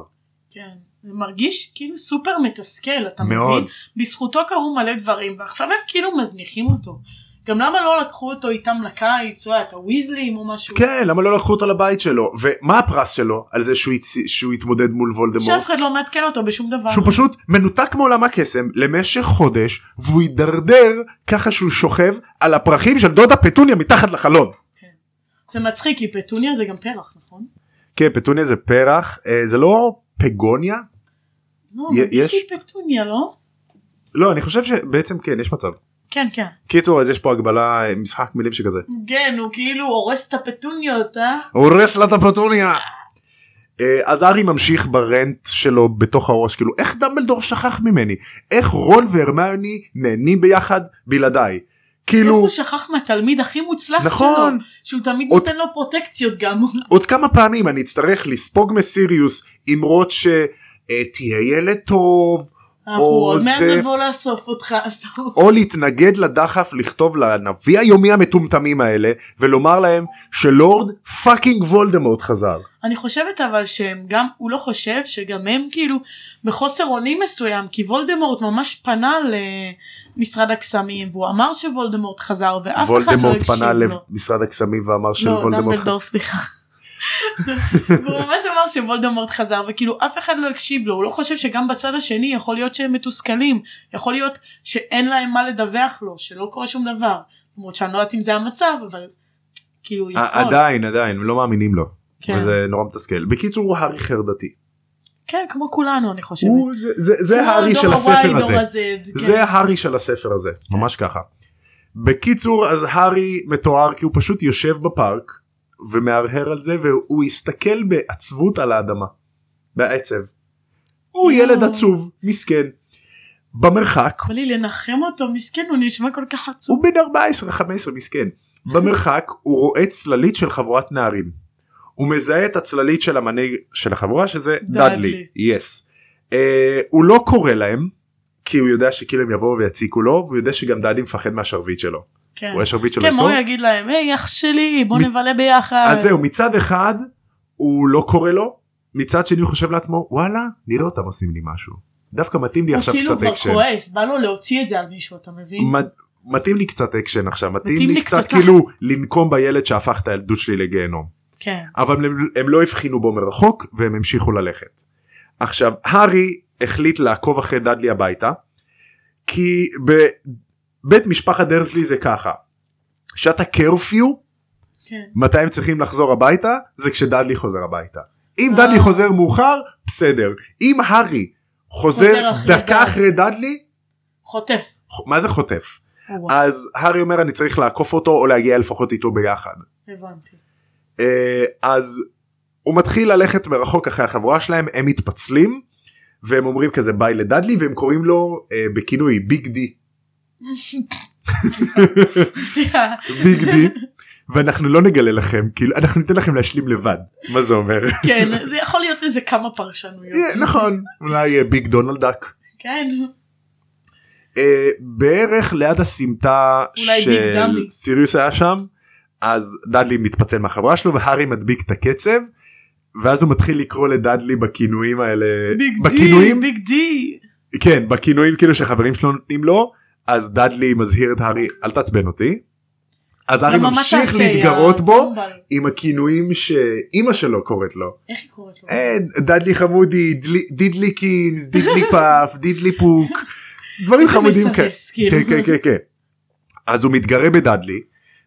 Speaker 2: כן. זה מרגיש כאילו סופר מתסכל, אתה
Speaker 1: מאוד.
Speaker 2: מבין? בזכותו קרו מלא דברים, ועכשיו הם כאילו מזניחים אותו. גם למה לא לקחו אותו איתם לקיץ, אתה יודע, את הוויזלים או משהו?
Speaker 1: כן למה לא לקחו אותו לבית שלו ומה הפרס שלו על זה שהוא, הצ... שהוא התמודד מול וולדמורט
Speaker 2: שאף אחד לא מעדכן אותו בשום דבר.
Speaker 1: שהוא פשוט מנותק מעולם הקסם למשך חודש והוא הידרדר ככה שהוא שוכב על הפרחים של דודה פטוניה מתחת לחלון.
Speaker 2: זה מצחיק, כי פטוניה זה גם פרח, נכון?
Speaker 1: כן פטוניה זה פרח אה, זה לא פגוניה
Speaker 2: לא,
Speaker 1: י-
Speaker 2: יש
Speaker 1: יש-
Speaker 2: לי פטוניה, לא?
Speaker 1: לא אני חושב שבעצם כן יש מצב
Speaker 2: כן, כן.
Speaker 1: קיצור אז יש פה הגבלה אה, משחק מילים שכזה
Speaker 2: כן, הוא כאילו הורס את הפטוניות, אה?
Speaker 1: הורס לה את הפטוניה. אה, אז ארי ממשיך ברנט שלו בתוך הראש כאילו איך דמבלדור שכח ממני איך רון והרמיוני נהנים ביחד בלעדיי
Speaker 2: איך
Speaker 1: כאילו
Speaker 2: הוא שכח מהתלמיד הכי מוצלח שלו,
Speaker 1: נכון
Speaker 2: שהוא תמיד
Speaker 1: עוד-
Speaker 2: נותן לו פרוטקציות גם.
Speaker 1: עוד כמה פעמים אני אצטרך לספוג מסיריוס אמרות שתהיה ילד טוב
Speaker 2: אנחנו עוד
Speaker 1: זה-
Speaker 2: מעט נבוא לאסוף אותך, אסוף.
Speaker 1: או להתנגד לדחף לכתוב לנביא היומי המטומטמים האלה ולומר להם שלורד פאקינג וולדמורט חזר.
Speaker 2: אני חושבת אבל שהם גם, הוא לא חושב שגם הם כאילו בחוסר אונים מסוים, כי וולדמורט ממש פנה למשרד הקסמים, והוא אמר שוולדמורט חזר, ואף אחד לא
Speaker 1: וולדמורט
Speaker 2: הקשיב
Speaker 1: פנה
Speaker 2: לו.
Speaker 1: למשרד הקסמים ואמר
Speaker 2: לא,
Speaker 1: שוולדמורט חזר.
Speaker 2: דמבלדור, סליחה. והוא ממש אמר שוולדמורט חזר וכאילו אף אחד לא הקשיב לו הוא לא חושב שגם בצד השני יכול להיות שהם מתוסכלים יכול להיות שאין להם מה לדווח לו שלא קורה שום דבר למרות שאני לא יודעת אם זה המצב אבל כאילו יכול.
Speaker 1: עדיין עדיין לא מאמינים לו
Speaker 2: כן.
Speaker 1: וזה נורא מתסכל בקיצור הוא הארי חרדתי
Speaker 2: כן כמו כולנו אני חושבת.
Speaker 1: הוא- זה- זה- זה
Speaker 2: כמו
Speaker 1: הארי
Speaker 2: דור
Speaker 1: של
Speaker 2: הוואי,
Speaker 1: הספר
Speaker 2: דור
Speaker 1: הזה
Speaker 2: הזד, כן.
Speaker 1: זה הארי של הספר הזה ממש ככה. בקיצור אז הארי מתואר כי הוא פשוט יושב בפארק ומהרהר על זה והוא הסתכל בעצבות על האדמה. בעצב. הוא
Speaker 2: יואו.
Speaker 1: ילד עצוב מסכן. במרחק
Speaker 2: בא לי לנחם אותו מסכן הוא נשמע כל כך עצוב.
Speaker 1: הוא בן 14-15 מסכן. במרחק הוא רואה צללית של חבורת נערים. הוא מזהה את הצללית של המנהיג של החבורה שזה דאדלי.
Speaker 2: דאדלי.
Speaker 1: יס. אה, הוא לא קורא להם כי הוא יודע שכאילו הם יבואו ויציקו לו והוא יודע שגם דאדלי מפחד מהשרביט שלו.
Speaker 2: כן.
Speaker 1: הוא רואה שרביט שלו
Speaker 2: כן מה
Speaker 1: איתו.
Speaker 2: הוא יגיד להם היי אח שלי בוא
Speaker 1: מ-
Speaker 2: נבלה ביחד.
Speaker 1: אז זהו מצד אחד הוא לא קורא לו מצד שני הוא חושב לעצמו וואלה נראה אותם עושים לי משהו. דווקא מתאים לי
Speaker 2: הוא
Speaker 1: עכשיו
Speaker 2: כאילו
Speaker 1: קצת
Speaker 2: כבר
Speaker 1: אקשן.
Speaker 2: כועס בא לו להוציא את זה על מישהו אתה מבין.
Speaker 1: מד- מתאים לי קצת אקשן עכשיו מתאים
Speaker 2: מתאים
Speaker 1: לי
Speaker 2: לי
Speaker 1: קצת
Speaker 2: קצת-
Speaker 1: כאילו לנקום בילד שהפך את הילדות שלי לגיהנום.
Speaker 2: כן.
Speaker 1: אבל הם, הם לא הבחינו בו מרחוק והם המשיכו ללכת. עכשיו הארי החליט לעקוב אחרי דאדלי הביתה כי בבית משפחת דרסלי זה ככה שעת הקרפיו
Speaker 2: כן.
Speaker 1: מתי הם צריכים לחזור הביתה זה כשדאדלי חוזר הביתה. אם
Speaker 2: אה.
Speaker 1: דאדלי חוזר מאוחר בסדר אם הארי חוזר
Speaker 2: חוזר אחרי
Speaker 1: דקה
Speaker 2: דאדלי.
Speaker 1: אחרי דאדלי
Speaker 2: חוטף.
Speaker 1: מה זה חוטף
Speaker 2: וואו,
Speaker 1: אז הארי אומר אני צריך לעקוף אותו או להגיע לפחות איתו ביחד.
Speaker 2: הבנתי.
Speaker 1: אה, אז הוא מתחיל ללכת מרחוק אחרי החבורה שלהם הם מתפצלים והם אומרים כזה ביי לדאדלי והם קוראים לו אה, בכינוי ביג די
Speaker 2: סליחה.
Speaker 1: ביג די ואנחנו לא נגלה לכם כאילו אנחנו ניתן לכם להשלים לבד מה זה אומר
Speaker 2: כן זה יכול להיות לזה כמה פרשנויות.
Speaker 1: אה, נכון אולי אה, ביג דונלד דק
Speaker 2: כן.
Speaker 1: אה, בערך ליד הסמטה
Speaker 2: אולי ביג
Speaker 1: של
Speaker 2: דמי.
Speaker 1: סיריוס היה שם אז דאדלי מתפצל מהחברה שלו והארי מדביק את הקצב ואז הוא מתחיל לקרוא לדאדלי בכינויים האלה
Speaker 2: ביג די.
Speaker 1: אה, בכינויים
Speaker 2: ביג די.
Speaker 1: כן בכינויים כאילו שהחברים שלו נותנים לו אז דאדלי מזהיר את הארי אל תעצבן אותי. אז הארי
Speaker 2: למה, מה
Speaker 1: ממשיך
Speaker 2: תעשה,
Speaker 1: להתגרות
Speaker 2: יא
Speaker 1: בו
Speaker 2: טמבל?
Speaker 1: עם הכינויים שאימא שלו קוראת לו.
Speaker 2: איך היא קוראת לו?
Speaker 1: אה, דאדלי חמודי, דלי- דידלי קינס, דידלי פאף, דידלי פוק, דברים
Speaker 2: איזה
Speaker 1: חמודים כאלה.
Speaker 2: מסרס, כאילו.
Speaker 1: כן כן כן כן. אז הוא מתגרה בדאדלי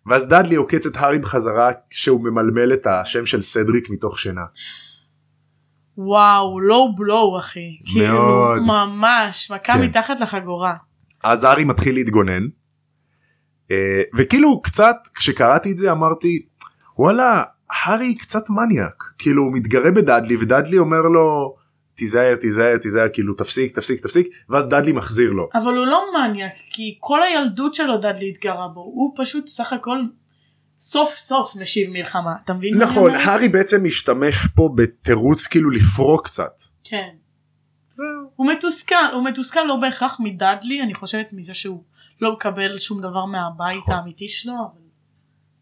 Speaker 1: ואז דאדלי עוקץ את הארי בחזרה כשהוא ממלמל את השם של סדריק מתוך שינה.
Speaker 2: וואו לואו בלואו אחי. כאילו
Speaker 1: מאוד.
Speaker 2: ממש מכה
Speaker 1: כן.
Speaker 2: מתחת לחגורה.
Speaker 1: אז הארי מתחיל להתגונן. אה, וכאילו קצת כשקראתי את זה אמרתי וואלה הארי קצת מניאק כאילו הוא מתגרה בדאדלי ודאדלי אומר לו תיזהר תיזהר תיזהר כאילו תפסיק תפסיק תפסיק ואז דאדלי מחזיר לו.
Speaker 2: אבל הוא לא מניאק כי כל הילדות שלו דאדלי התגרה בו הוא פשוט סך הכל סוף סוף משיב מלחמה אתה מבין? מה אני
Speaker 1: נכון
Speaker 2: אומרת?
Speaker 1: הארי בעצם משתמש פה בתירוץ כאילו לפרוק קצת.
Speaker 2: כן. הוא מתוסכל הוא מתוסכל לא בהכרח מדאדלי אני חושבת מזה שהוא לא מקבל שום דבר מהבית
Speaker 1: נכון.
Speaker 2: האמיתי שלו. אבל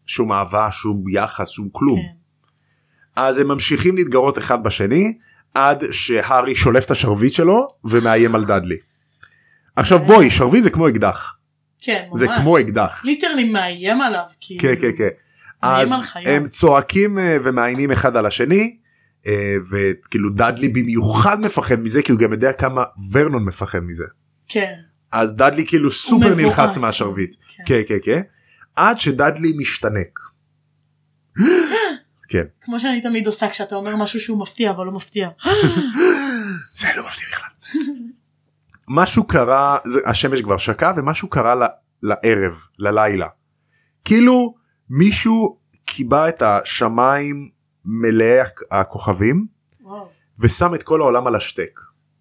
Speaker 1: שום אהבה שום יחס שום כלום.
Speaker 2: כן.
Speaker 1: אז הם ממשיכים להתגרות אחד בשני עד שהארי שולף את השרביט שלו ומאיים על דאדלי. עכשיו בואי שרביט זה כמו אקדח.
Speaker 2: כן אה. ממש.
Speaker 1: זה כמו אקדח.
Speaker 2: ליטרלי מאיים עליו כאילו.
Speaker 1: כן כן כן. אז
Speaker 2: על חייו.
Speaker 1: הם צועקים אה, ומאיימים אחד על השני אה, וכאילו דאדלי במיוחד מפחד מזה כי הוא גם יודע כמה ורנון מפחד מזה.
Speaker 2: כן.
Speaker 1: אז דאדלי כאילו סופר
Speaker 2: מבוהל.
Speaker 1: נלחץ מהשרביט.
Speaker 2: כן.
Speaker 1: כן כן כן. עד שדאדלי משתנק. כן.
Speaker 2: כמו שאני תמיד עושה כשאתה אומר משהו שהוא מפתיע אבל לא מפתיע.
Speaker 1: זה לא מפתיע בכלל. משהו קרה, זה, השמש כבר שקעה ומשהו קרה ל, לערב, ללילה. כאילו מישהו קיבע את השמיים מלאי הכ- הכוכבים
Speaker 2: וואו.
Speaker 1: ושם את כל העולם על השתק.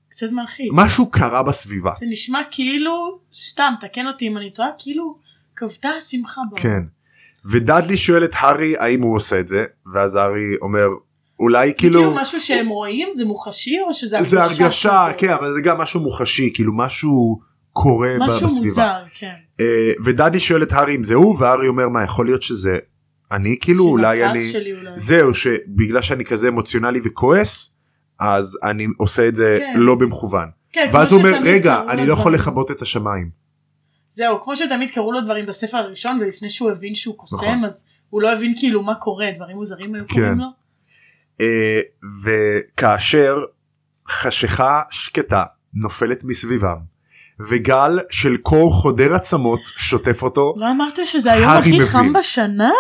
Speaker 2: קצת מלחיץ.
Speaker 1: משהו קרה בסביבה.
Speaker 2: זה נשמע כאילו סתם תקן אותי אם אני טועה כאילו כבתה השמחה בו.
Speaker 1: כן. ודאדלי שואל את הארי האם הוא עושה את זה ואז הארי אומר אולי
Speaker 2: כאילו,
Speaker 1: כאילו
Speaker 2: משהו שהם רואים זה מוחשי או שזה
Speaker 1: זה הרגשה
Speaker 2: כזאת?
Speaker 1: כן אבל זה גם משהו מוחשי כאילו משהו קורה ב-
Speaker 2: משהו
Speaker 1: בסביבה.
Speaker 2: מוזר כן.
Speaker 1: אה, ודדי שואל את הארי אם זה הוא והארי אומר מה יכול להיות שזה אני כאילו
Speaker 2: שזה
Speaker 1: אולי
Speaker 2: הכעס
Speaker 1: אני
Speaker 2: שלי אולי.
Speaker 1: זהו שבגלל שאני כזה אמוציונלי וכועס אז אני עושה את זה
Speaker 2: כן.
Speaker 1: לא במכוון
Speaker 2: כן, כמו
Speaker 1: ואז הוא אומר
Speaker 2: שתמיד
Speaker 1: רגע
Speaker 2: קראו
Speaker 1: אני
Speaker 2: לו
Speaker 1: לא יכול
Speaker 2: דברים-
Speaker 1: לכבות את השמיים
Speaker 2: זהו כמו שתמיד קראו לו דברים בספר הראשון ולפני שהוא הבין שהוא
Speaker 1: נכון.
Speaker 2: קוסם אז הוא לא הבין כאילו מה קורה דברים מוזרים היו
Speaker 1: כן.
Speaker 2: קוראים לו.
Speaker 1: אה, וכאשר חשיכה שקטה נופלת מסביבם וגל של קור חודר עצמות שוטף אותו
Speaker 2: לא אמרת שזה היום
Speaker 1: הארי
Speaker 2: הכי
Speaker 1: מבין.
Speaker 2: חם בשנה?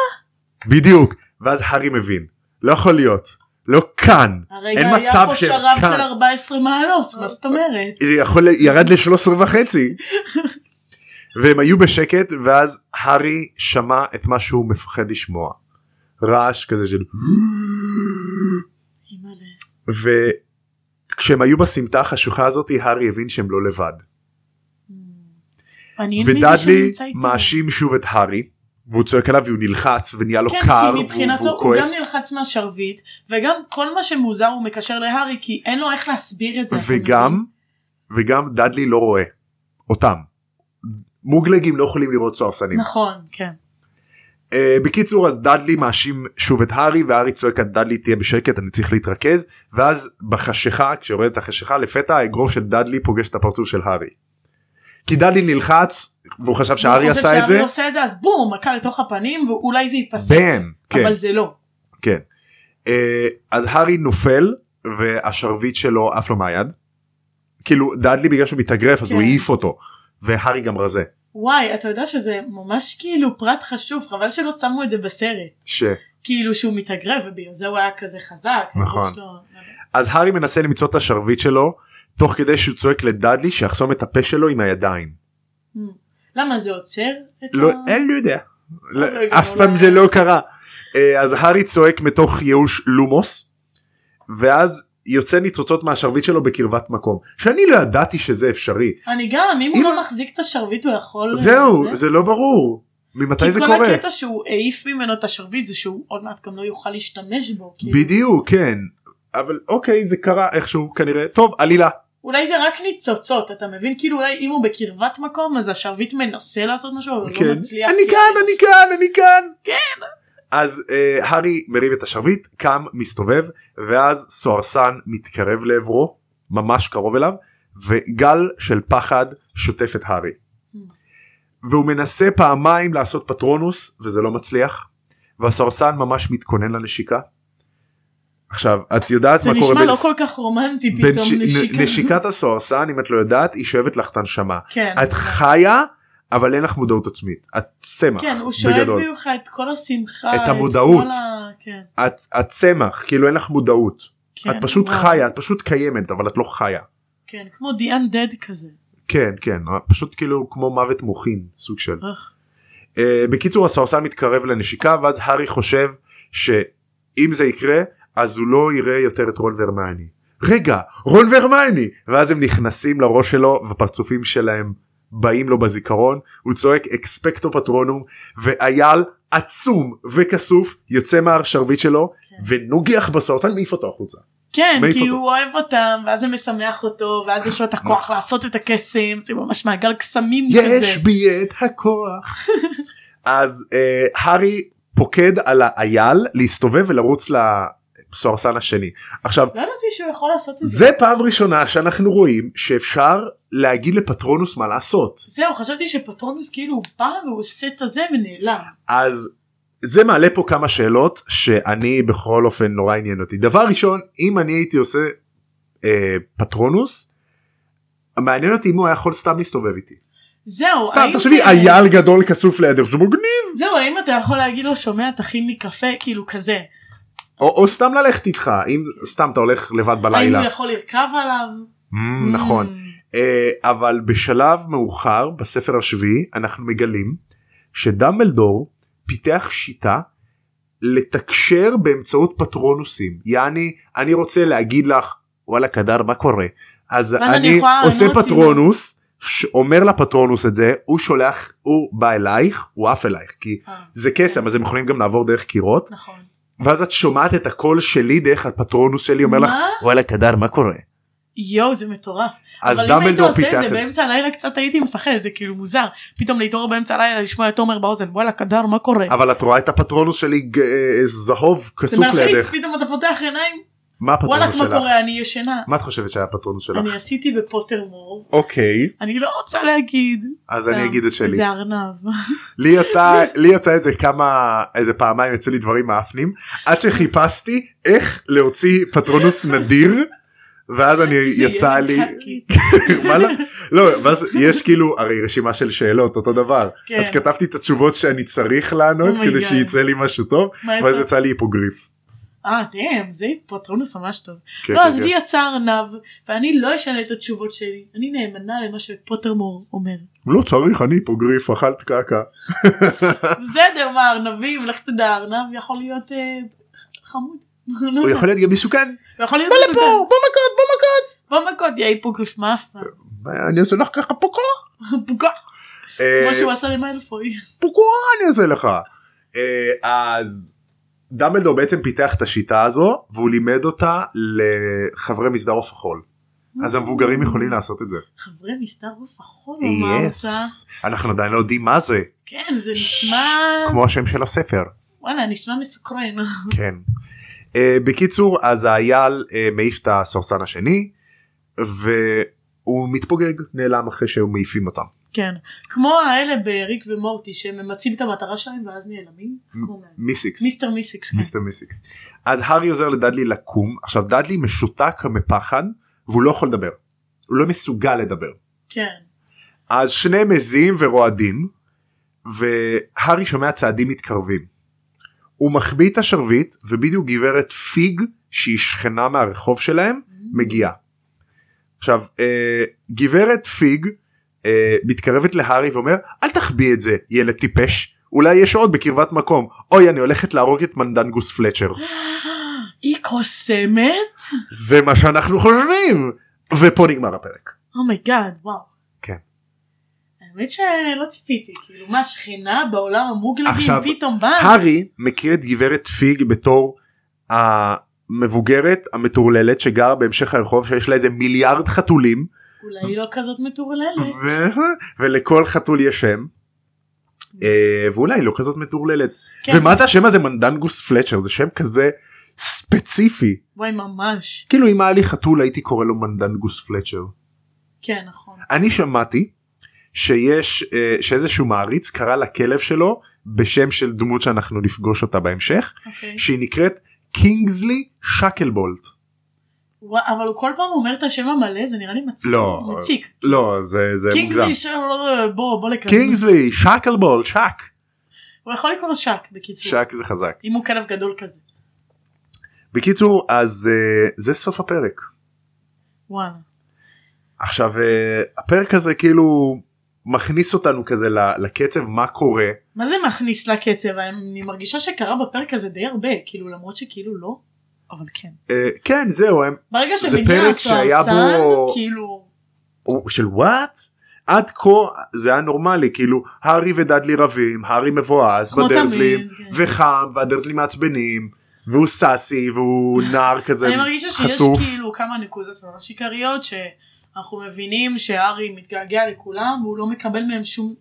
Speaker 1: בדיוק. ואז הארי מבין. לא יכול להיות. לא כאן.
Speaker 2: הרגע
Speaker 1: אין
Speaker 2: היה
Speaker 1: מצב כן.
Speaker 2: פה
Speaker 1: שכאן.
Speaker 2: שרב של 14 מעלות, מה זאת אומרת?
Speaker 1: זה יכול ירד ל-13 וחצי. והם היו בשקט ואז הארי שמע את מה שהוא מפחד לשמוע. רעש כזה של
Speaker 2: אימא'לה.
Speaker 1: וכשהם היו בסמטה החשוכה הזאת הארי הבין שהם לא לבד.
Speaker 2: מעניין מי זה
Speaker 1: ודאדלי
Speaker 2: שנמצא איתו.
Speaker 1: מאשים שוב את הארי והוא צועק עליו והוא נלחץ ונהיה לו
Speaker 2: כן,
Speaker 1: קר
Speaker 2: כי
Speaker 1: והוא,
Speaker 2: מבחינתו
Speaker 1: והוא
Speaker 2: הוא גם
Speaker 1: כועס
Speaker 2: נלחץ מהשרביט, וגם כל מה שמוזר הוא מקשר להארי, כי אין לו איך להסביר את זה. אתה
Speaker 1: וגם וגם דאדלי לא רואה אותם. מוגלגים לא יכולים לראות
Speaker 2: מבין?
Speaker 1: סוהרסנים.
Speaker 2: נכון, כן.
Speaker 1: Uh, בקיצור אז דאדלי מאשים שוב את הארי והארי צועק עד דאדלי תהיה בשקט אני צריך להתרכז ואז בחשיכה כשיורדת החשיכה לפתע האגרוף של דאדלי פוגש את הפרצוף של הארי. כי דאדלי נלחץ והוא חשב שהארי
Speaker 2: הוא חושב
Speaker 1: עשה את
Speaker 2: שהארי
Speaker 1: זה.
Speaker 2: עושה את זה, אז בום, מכה לתוך הפנים, ואולי זה ייפסק.
Speaker 1: בן כן
Speaker 2: אבל זה לא.
Speaker 1: כן. Uh, אז הארי נופל והשרביט שלו עף לו מהיד. כאילו דאדלי בגלל שהוא מתאגרף אז
Speaker 2: כן.
Speaker 1: הוא העיף אותו והארי גם רזה.
Speaker 2: וואי, אתה יודע שזה ממש כאילו פרט חשוב, חבל שלא שמו את זה בסרט.
Speaker 1: ש...
Speaker 2: כאילו שהוא מתאגרף, ובגלל זה הוא היה כזה חזק.
Speaker 1: נכון.
Speaker 2: יש לו- אה,
Speaker 1: אז הארי מנסה למצוא את השרביט שלו תוך כדי שהוא צועק לדאדלי שיחסום את הפה שלו עם הידיים.
Speaker 2: אה, למה זה עוצר? את
Speaker 1: לא,
Speaker 2: ה-
Speaker 1: אין לי יודע. לא,
Speaker 2: רגע,
Speaker 1: אף פעם
Speaker 2: אה. אולי-
Speaker 1: זה לא קרה. אה, אז הארי צועק מתוך ייאוש לומוס, ואז יוצא ניצוצות מהשרביט שלו בקרבת מקום. שאני לא ידעתי שזה אפשרי.
Speaker 2: אני גם, אם הוא
Speaker 1: אם-
Speaker 2: לא מחזיק את השרביט הוא יכול...
Speaker 1: זהו, זה לא ברור. ממתי זה
Speaker 2: כי כל
Speaker 1: קורה?
Speaker 2: הקטע שהוא העיף ממנו את השרביט זה שהוא עוד מעט גם לא יוכל להשתמש בו. כאילו.
Speaker 1: בדיוק, כן. אבל אוקיי, זה קרה איכשהו כנראה. טוב, עלילה.
Speaker 2: אולי זה רק ניצוצות, אתה מבין? כאילו אולי אם הוא בקרבת מקום אז השרביט מנסה לעשות משהו אבל הוא לא
Speaker 1: כן.
Speaker 2: מצליח.
Speaker 1: אני
Speaker 2: כי-
Speaker 1: כאן, אני כאן, אני כאן.
Speaker 2: כן.
Speaker 1: אז אה, הארי מרים את השרביט, קם, מסתובב, ואז סוהרסן מתקרב לעברו, ממש קרוב אליו, וגל של פחד שוטף את הארי. והוא מנסה פעמיים לעשות פטרונוס, וזה לא מצליח, והסוהרסן ממש מתכונן לנשיקה. עכשיו, את יודעת
Speaker 2: זה
Speaker 1: מה קורה
Speaker 2: נשמע לא
Speaker 1: ס-
Speaker 2: כל כך רומנטי
Speaker 1: בין
Speaker 2: פתאום
Speaker 1: ש- נ-
Speaker 2: נשיקה.
Speaker 1: נשיקת הסוהרסן, אם את לא יודעת, היא שואבת לך את הנשמה.
Speaker 2: כן.
Speaker 1: את חיה, אבל אין לך מודעות עצמית. את צמח,
Speaker 2: כן, הוא שואב
Speaker 1: בגדול.
Speaker 2: ממך את כל השמחה.
Speaker 1: את
Speaker 2: כל
Speaker 1: המודעות.
Speaker 2: ה- כן.
Speaker 1: את, את צמח כאילו אין לך מודעות
Speaker 2: כן,
Speaker 1: את פשוט
Speaker 2: וואו.
Speaker 1: חיה את פשוט קיימת אבל את לא חיה
Speaker 2: כן, כמו The Undead כזה.
Speaker 1: כן כן פשוט כאילו כמו מוות מוחין סוג של
Speaker 2: אוח.
Speaker 1: uh, בקיצור הסוהרסן מתקרב לנשיקה ואז הארי חושב שאם זה יקרה אז הוא לא יראה יותר את רון והרמייני רגע רון והרמייני ואז הם נכנסים לראש שלו והפרצופים שלהם באים לו בזיכרון הוא צועק אקספקטו פטרונום ואייל עצום וכסוף יוצא מהשרביט שלו ונוגח בסוהרסן מעיף אותו החוצה.
Speaker 2: כן,
Speaker 1: מעיף
Speaker 2: כי
Speaker 1: אותו.
Speaker 2: הוא אוהב אותם, ואז זה משמח אותו, ואז יש לו את הכוח לעשות את הקסם, זה ממש מעגל קסמים
Speaker 1: נכון. יש
Speaker 2: כזה.
Speaker 1: בי את הכוח. אז אה, הארי פוקד על האייל להסתובב ולרוץ לסוהרסן השני. עכשיו
Speaker 2: לא ידעתי שהוא יכול לעשות את זה.
Speaker 1: זה פעם ראשונה שאנחנו רואים שאפשר להגיד לפטרונוס מה לעשות
Speaker 2: זהו, חשבתי שפטרונוס כאילו הוא בא והוא עושה את הזה ונעלם.
Speaker 1: אז זה מעלה פה כמה שאלות שאני בכל אופן נורא עניין אותי דבר ראשון אם אני הייתי עושה אה, פטרונוס. מעניין אותי אם הוא היה יכול סתם להסתובב איתי.
Speaker 2: זהו,
Speaker 1: סתם
Speaker 2: האם
Speaker 1: תחשבי
Speaker 2: זה-
Speaker 1: אייל גדול כסוף לידך זה מגניב.
Speaker 2: זהו, האם אתה יכול להגיד לו, שומע, תכין לי קפה, כאילו כזה.
Speaker 1: או, או סתם ללכת איתך אם סתם אתה הולך לבד
Speaker 2: האם
Speaker 1: בלילה
Speaker 2: הוא יכול לרכב עליו?
Speaker 1: Mm, נכון
Speaker 2: Mm,
Speaker 1: אה, אבל בשלב מאוחר בספר השביעי אנחנו מגלים שדמבלדור פיתח שיטה לתקשר באמצעות פטרונוסים יעני אני רוצה להגיד לך וואלה קדר מה קורה אז
Speaker 2: ואז אני
Speaker 1: אני
Speaker 2: יכולה
Speaker 1: עושה
Speaker 2: לענות כאילו? עם
Speaker 1: פטרונוס ש- אומר לפטרונוס את זה הוא שולח הוא בא אלייך הוא עף אלייך כי
Speaker 2: אה,
Speaker 1: זה קסם אז הם יכולים גם לעבור דרך קירות
Speaker 2: נכון.
Speaker 1: ואז את שומעת את הקול שלי דרך הפטרונוס שלי אומר
Speaker 2: מה?
Speaker 1: לך וואלה קדר מה קורה
Speaker 2: יואו, זה מטורף.
Speaker 1: אז
Speaker 2: אבל אם היית
Speaker 1: דמבלדור
Speaker 2: עושה
Speaker 1: פיתח
Speaker 2: את זה באמצע הלילה קצת הייתי מפחדת, זה כאילו מוזר. פתאום להתעורר באמצע הלילה לשמוע את תומר באוזן, וואלה, קדר, מה קורה?
Speaker 1: אבל את רואה את הפטרונוס שלי ג- אה, זהוב
Speaker 2: זה
Speaker 1: כסוף
Speaker 2: מלחיץ,
Speaker 1: לידך
Speaker 2: פתאום אתה פותח עיניים,
Speaker 1: מה
Speaker 2: וואלה
Speaker 1: הפטרונוס
Speaker 2: מה
Speaker 1: שלך
Speaker 2: קורה, אני ישנה.
Speaker 1: מה את חושבת שהיה הפטרונוס
Speaker 2: אני
Speaker 1: שלך
Speaker 2: עשיתי בפוטרמור,
Speaker 1: אוקיי
Speaker 2: אני לא רוצה להגיד.
Speaker 1: אז אני
Speaker 2: סתם,
Speaker 1: אגיד את שלי
Speaker 2: זה ארנב.
Speaker 1: לי יצא לי יצא איזה כמה איזה פעמיים יצאו לי דברים מאפנים עד שחיפשתי איך להוציא פטרונוס נדיר ואז אני יצא לי מה לא? לא ואז יש כאילו הרי רשימה של שאלות אותו דבר
Speaker 2: כן.
Speaker 1: אז כתבתי את התשובות שאני צריך לענות
Speaker 2: Oh my
Speaker 1: כדי
Speaker 2: God.
Speaker 1: שיצא לי משהו טוב
Speaker 2: מה יצא?
Speaker 1: ואז יצא לי היפוגריף.
Speaker 2: אה, דאם, זה פטרונוס ממש טוב.
Speaker 1: כן,
Speaker 2: לא,
Speaker 1: כן,
Speaker 2: אז
Speaker 1: כן.
Speaker 2: לי יצא ארנב, ואני לא אשנה את התשובות שלי. אני נאמנה למה שפוטרמור אומר.
Speaker 1: לא צריך אני היפוגריף אכלת קעקע.
Speaker 2: בסדר, מה, ארנבים, לך תדע, ארנב יכול להיות אה, חמוד. לא
Speaker 1: הוא
Speaker 2: יודע.
Speaker 1: יכול להיות גם מסוכן.
Speaker 2: הוא יכול להיות
Speaker 1: בוא לפה
Speaker 2: מסוכן.
Speaker 1: בוא מכות בוא מכות.
Speaker 2: בוא מכות, יא היפוגריף, מה אף פעם?
Speaker 1: אני עושה לך ככה פוקו.
Speaker 2: בוקה,
Speaker 1: אה,
Speaker 2: כמו שהוא עשה למיילפוי.
Speaker 1: פוקו אני עושה לך. אה, אז דמבלדור בעצם פיתח את השיטה הזו והוא לימד אותה לחברי מסדר עוף החול. אז המבוגרים יכולים לעשות את זה.
Speaker 2: חברי מסתר עוף החול, אמר אותה.
Speaker 1: אנחנו עדיין לא יודעים מה זה.
Speaker 2: כן, זה נשמע...
Speaker 1: כמו השם של הספר.
Speaker 2: וואלה, נשמע מסקרן.
Speaker 1: כן. אה, בקיצור אז האייל אה, מעיף את הסורסן השני והוא מתפוגג נעלם אחרי שהם מעיפים אותם.
Speaker 2: כן. כמו האלה בריק ומורטי, שהם ממצים את המטרה שלהם ואז נעלמים. כמו מה-
Speaker 1: מיסיקס.
Speaker 2: מיסטר מיסיקס, כן.
Speaker 1: מיסטר מיסיקס. אז הארי עוזר לדדלי לקום עכשיו דדלי משותק מפחד והוא לא יכול לדבר. הוא לא מסוגל לדבר.
Speaker 2: כן.
Speaker 1: אז שניהם מזיעים ורועדים והארי שומע צעדים מתקרבים. הוא מחביא את השרביט ובדיוק גברת פיג שהיא שכנה מהרחוב שלהם מגיעה. עכשיו אה, גברת פיג אה, מתקרבת להארי ואומר אל תחביא את זה ילד טיפש אולי יש עוד בקרבת מקום אוי אני הולכת להרוג את מנדנגוס פלצ'ר
Speaker 2: היא קוסמת?
Speaker 1: זה מה שאנחנו חושבים ופה נגמר הפרק.
Speaker 2: אומייגאד, Oh וואו.
Speaker 1: כן.
Speaker 2: האמת שלא ציפיתי, כאילו מה שכנה בעולם המוגלגים
Speaker 1: עכשיו,
Speaker 2: פתאום באה?
Speaker 1: הארי מכיר את גברת פיג בתור המבוגרת המטורללת שגרה בהמשך הרחוב שיש לה איזה מיליארד חתולים
Speaker 2: אולי היא לא כזאת מטורללת.
Speaker 1: ו... ולכל חתול יש שם. אה, ואולי לא כזאת מטורללת
Speaker 2: כן.
Speaker 1: ומה זה השם הזה מנדנגוס פלצ'ר זה שם כזה ספציפי
Speaker 2: וואי ממש.
Speaker 1: כאילו אם היה לי חתול הייתי קורא לו מנדנגוס פלצ'ר
Speaker 2: כן נכון.
Speaker 1: אני שמעתי שיש אה, שאיזשהו מעריץ קרא לכלב שלו בשם של דמות שאנחנו נפגוש אותה בהמשך
Speaker 2: אוקיי.
Speaker 1: שהיא נקראת קינגסלי שקלבולט.
Speaker 2: וואי, אבל הוא כל פעם אומר את השם המלא זה נראה לי מצחיק.
Speaker 1: לא.
Speaker 2: מציק.
Speaker 1: לא זה זה מוגזם.
Speaker 2: קינגסלי ש... לא, לא, לא, בוא בוא לכאן.
Speaker 1: קינגסלי שקלבולט שק.
Speaker 2: הוא יכול לקרוא לו שק בקיצור.
Speaker 1: שק זה חזק.
Speaker 2: אם הוא כלב גדול כזה.
Speaker 1: בקיצור אז אה, זה סוף הפרק.
Speaker 2: וואלה.
Speaker 1: עכשיו אה, הפרק הזה כאילו מכניס אותנו כזה ל- לקצב מה קורה
Speaker 2: מה זה מכניס לקצב? אני מרגישה שקרה בפרק הזה די הרבה, כאילו למרות שכאילו לא, אבל כן.
Speaker 1: אה, כן זהו הם
Speaker 2: ברגע
Speaker 1: זה
Speaker 2: שמגיע
Speaker 1: פרק שהיה
Speaker 2: הסוהרסן,
Speaker 1: בו-
Speaker 2: כאילו,
Speaker 1: הוא- של וואט. עד כה זה היה נורמלי כאילו הארי ודדלי רבים הארי מבואס
Speaker 2: כמו
Speaker 1: בדרזלים
Speaker 2: תמיד, כן.
Speaker 1: וחם והדרזלים מעצבנים והוא סאסי והוא נער כזה
Speaker 2: אני מרגישה שיש
Speaker 1: חצוף.
Speaker 2: כאילו כמה נקודות ממש עיקריות שאנחנו מבינים שהארי מתגעגע לכולם והוא לא מקבל מהם שום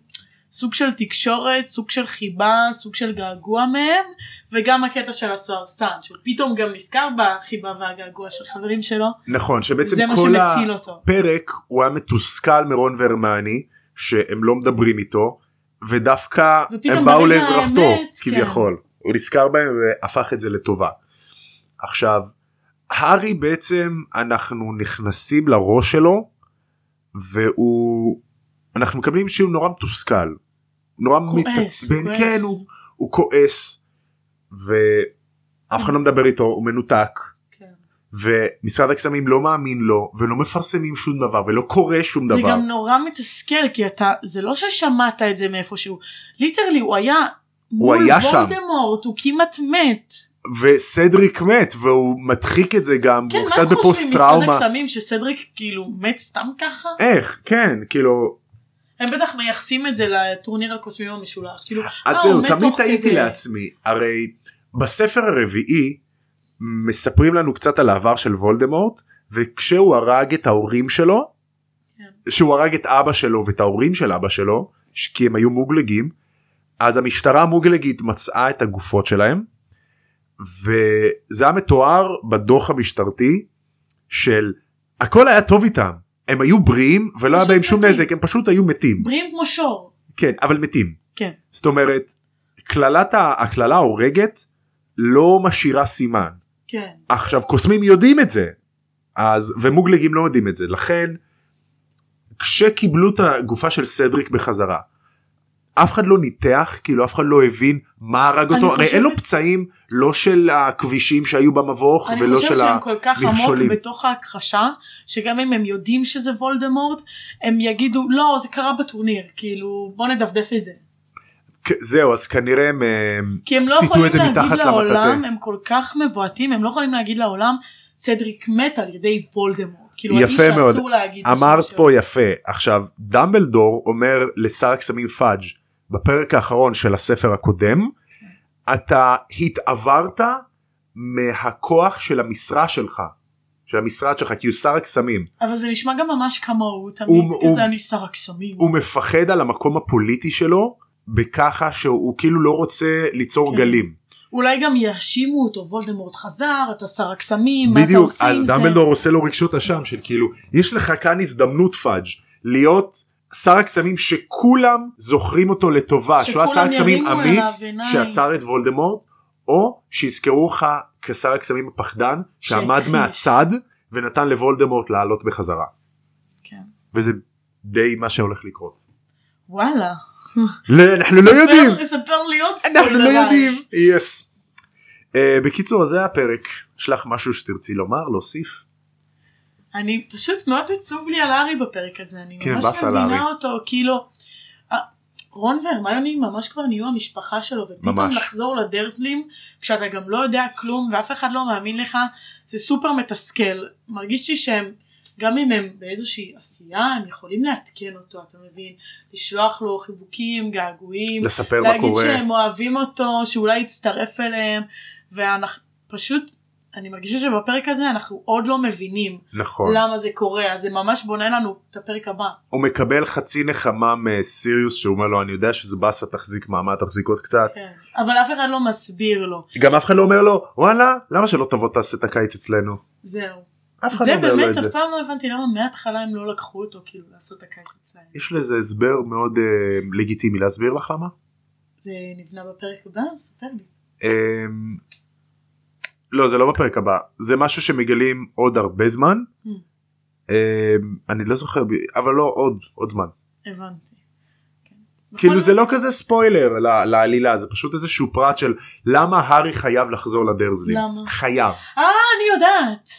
Speaker 2: סוג של תקשורת, סוג של חיבה, סוג של געגוע מהם וגם הקטע של הסוהרסן שהוא פתאום גם נזכר בחיבה והגעגוע של חברים שלו
Speaker 1: נכון שבעצם
Speaker 2: זה מה
Speaker 1: כל
Speaker 2: שמציל אותו.
Speaker 1: הפרק הוא היה מתוסכל מרון והרמני שהם לא מדברים איתו ודווקא
Speaker 2: ופתאום
Speaker 1: הם באו
Speaker 2: ברגע
Speaker 1: לעזרתו
Speaker 2: האמת, כן.
Speaker 1: כביכול הוא נזכר בהם והפך את זה לטובה. עכשיו הארי בעצם אנחנו נכנסים לראש שלו והוא אנחנו מקבלים שהוא נורא מתוסכל נורא
Speaker 2: כועס,
Speaker 1: מתעצבן
Speaker 2: כועס.
Speaker 1: כן הוא, הוא כועס ואף אחד לא מדבר איתו הוא מנותק.
Speaker 2: כן.
Speaker 1: ומשרד הקסמים לא מאמין לו ולא מפרסמים שום דבר ולא קורה שום
Speaker 2: זה
Speaker 1: דבר.
Speaker 2: גם נורא מתסכל כי אתה זה לא ששמעת את זה מאיפשהו ליטרלי הוא היה מול
Speaker 1: היה שם.
Speaker 2: וולדמורט הוא כמעט מת.
Speaker 1: וסדריק מת והוא מדחיק את זה גם
Speaker 2: כן,
Speaker 1: והוא
Speaker 2: מה
Speaker 1: קצת
Speaker 2: הם חושבים,
Speaker 1: בפוסט
Speaker 2: משרד
Speaker 1: טראומה.
Speaker 2: הקסמים שסדריק כאילו מת סתם ככה?
Speaker 1: איך כן כאילו
Speaker 2: הם בטח מייחסים את זה לטורניר הקוסמים המשולש. כאילו,
Speaker 1: אז
Speaker 2: אה, הוא
Speaker 1: זהו
Speaker 2: מת
Speaker 1: תמיד
Speaker 2: תוך
Speaker 1: תהיתי
Speaker 2: כדי.
Speaker 1: לעצמי הרי בספר הרביעי מספרים לנו קצת על העבר של וולדמורט וכשהוא הרג את ההורים שלו
Speaker 2: כן.
Speaker 1: שהוא הרג את אבא שלו ואת ההורים של אבא שלו ש- כי הם היו מוגלגים אז המשטרה המוגלגית מצאה את הגופות שלהם וזה היה מתואר בדוח המשטרתי של הכל היה טוב איתם הם היו בריאים ולא היה
Speaker 2: פשוט
Speaker 1: בהם שום
Speaker 2: מתים.
Speaker 1: נזק הם פשוט היו מתים
Speaker 2: בריאים כמו שור.
Speaker 1: כן אבל מתים
Speaker 2: כן.
Speaker 1: זאת אומרת קללת ה- הקללה ההורגת לא משאירה סימן
Speaker 2: כן.
Speaker 1: עכשיו קוסמים יודעים את זה אז ומוגלגים לא יודעים את זה לכן כשקיבלו את הגופה של סדריק בחזרה אף אחד לא ניתח כאילו אף אחד לא הבין מה הרג
Speaker 2: אני
Speaker 1: אותו הרי אין לו
Speaker 2: חושבת-
Speaker 1: פצעים לא של הכבישים שהיו במבוך
Speaker 2: אני
Speaker 1: ולא
Speaker 2: חושבת
Speaker 1: של
Speaker 2: שהם כל כך עמוק
Speaker 1: המכשולים.
Speaker 2: בתוך ההכחשה שגם אם הם יודעים שזה וולדמורט הם יגידו לא זה קרה בטורניר כאילו בוא נדפדף את זה
Speaker 1: כ- זהו אז כנראה הם אה,
Speaker 2: כי הם לא
Speaker 1: טיטו
Speaker 2: יכולים
Speaker 1: את זה
Speaker 2: להגיד
Speaker 1: מתחת
Speaker 2: לעולם
Speaker 1: למטאטא.
Speaker 2: הם כל כך מבועתים הם לא יכולים להגיד לעולם סדריק מת על ידי וולדמורט כאילו
Speaker 1: יפה
Speaker 2: האיש
Speaker 1: מאוד.
Speaker 2: שאסור להגיד את השם
Speaker 1: אמרת
Speaker 2: שלו.
Speaker 1: פה יפה עכשיו דמבלדור אומר לשר הקסמים פאג' בפרק האחרון של הספר הקודם אתה התעברת מהכוח של המשרה שלך של המשרד שלך כי הוא שר הקסמים
Speaker 2: אבל זה נשמע גם ממש כמוהו תמיד
Speaker 1: הוא- הוא-
Speaker 2: כזה אני שר הקסמים
Speaker 1: הוא מפחד על המקום הפוליטי שלו בככה שהוא כאילו לא רוצה ליצור
Speaker 2: כן.
Speaker 1: גלים
Speaker 2: אולי גם יאשימו אותו וולדמורט חזר אתה שר הקסמים מה אתה
Speaker 1: בדיוק
Speaker 2: עושה
Speaker 1: אז
Speaker 2: עם זה
Speaker 1: דמבלדור עושה לו רגשות אשם של כאילו יש לך כאן הזדמנות פאג' להיות שר הקסמים שכולם זוכרים אותו לטובה שהוא היה שר
Speaker 2: שכולם
Speaker 1: הקסמים
Speaker 2: ירימו
Speaker 1: אמיץ
Speaker 2: אליו עיניים.
Speaker 1: שעצר את וולדמורט או שיזכרו אותך כשר הקסמים הפחדן שעמד
Speaker 2: שהכחיש.
Speaker 1: מהצד ונתן לוולדמורט לעלות בחזרה
Speaker 2: כן.
Speaker 1: וזה די מה שהולך לקרות.
Speaker 2: וואלה
Speaker 1: לא, אנחנו לא
Speaker 2: ספר-
Speaker 1: יודעים
Speaker 2: ספר לי עוד
Speaker 1: אנחנו לא
Speaker 2: ספוילר.
Speaker 1: יודעים יס. אה, בקיצור אז זה הפרק שלך משהו שתרצי לומר להוסיף.
Speaker 2: אני פשוט מאוד עצוב לי על הארי בפרק הזה, אני
Speaker 1: כן,
Speaker 2: ממש
Speaker 1: באסה על הארי.
Speaker 2: מבינה אותו, כאילו, אה, רון והרמיוני ממש כבר נהיו המשפחה שלו, ופתאום
Speaker 1: ממש.
Speaker 2: לחזור לדרזלים, כשאתה גם לא יודע כלום ואף אחד לא מאמין לך, זה סופר מתסכל. מרגיש לי שהם, גם אם הם באיזושהי עשייה, הם יכולים לעדכן אותו, אתה מבין? לשלוח לו חיבוקים, געגועים,
Speaker 1: לספר מה
Speaker 2: להגיד
Speaker 1: קורה.
Speaker 2: שהם אוהבים אותו, שאולי יצטרף אליהם, ואנחנו פשוט, אני מרגישה שבפרק הזה אנחנו עוד לא מבינים.
Speaker 1: נכון.
Speaker 2: למה זה קורה אז זה ממש בונה לנו את הפרק הבא.
Speaker 1: הוא מקבל חצי נחמה מסיריוס שאומר לו אני יודע שזה באסה תחזיק מעמד תחזיק עוד קצת.
Speaker 2: כן. אבל אף אחד לא מסביר לו
Speaker 1: גם אף אחד לא אומר לו וואלה למה שלא תבוא תעשה את הקיץ אצלנו.
Speaker 2: זהו.
Speaker 1: אף אחד
Speaker 2: זה
Speaker 1: לא אומר לו את
Speaker 2: באמת אף
Speaker 1: זה.
Speaker 2: פעם לא הבנתי למה מההתחלה הם לא לקחו אותו כאילו לעשות את הקיץ אצלהם.
Speaker 1: יש לזה הסבר מאוד אה, לגיטימי להסביר לך למה.
Speaker 2: זה נבנה בפרק הבא? ספר לי.
Speaker 1: אמ, לא זה לא בפרק הבא זה משהו שמגלים עוד הרבה זמן
Speaker 2: Mm.
Speaker 1: אמ, אני לא זוכר ב- אבל לא עוד עוד זמן
Speaker 2: הבנתי. כן.
Speaker 1: כאילו
Speaker 2: בכל
Speaker 1: זה
Speaker 2: זאת,
Speaker 1: לא כזה ספוילר ל- לעלילה זה פשוט איזשהו פרט של למה הארי חייב לחזור לדרזלים
Speaker 2: למה?
Speaker 1: חייב
Speaker 2: אני יודעת.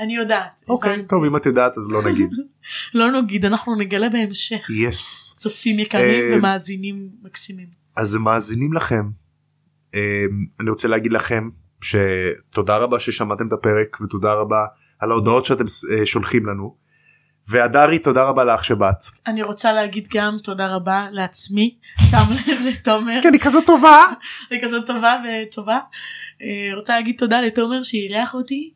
Speaker 2: אני יודעת.
Speaker 1: אוקיי
Speaker 2: הבנתי.
Speaker 1: טוב אם את יודעת אז לא נגיד
Speaker 2: לא נגיד אנחנו נגלה בהמשך.
Speaker 1: יס
Speaker 2: צופים יקרים
Speaker 1: אה,
Speaker 2: ומאזינים מקסימים.
Speaker 1: אז מאזינים לכם אמ, אני רוצה להגיד לכם שתודה רבה ששמעתם את הפרק ותודה רבה על ההודעות שאתם אה, שולחים לנו. והדרי תודה רבה לך שבאת.
Speaker 2: אני רוצה להגיד גם תודה רבה לעצמי, סתם לתומר.
Speaker 1: היא כזאת טובה.
Speaker 2: היא כזאת טובה וטובה. אה, רוצה להגיד תודה לתומר שאירח אותי.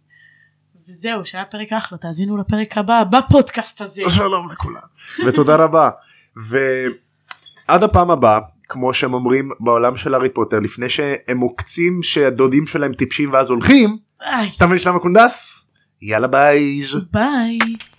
Speaker 2: וזהו, שהיה פרק אחלה, תאזינו לפרק הבא בפודקאסט הזה.
Speaker 1: שלום לכולם. ותודה רבה. ועד הפעם הבאה, כמו שהם אומרים בעולם של הארי פוטר, לפני שהם מוקצים שהדודים שלהם טיפשים ואז הולכים,
Speaker 2: איי,
Speaker 1: אתה מבין שלמה קונדס? יאללה ביי.
Speaker 2: ביי.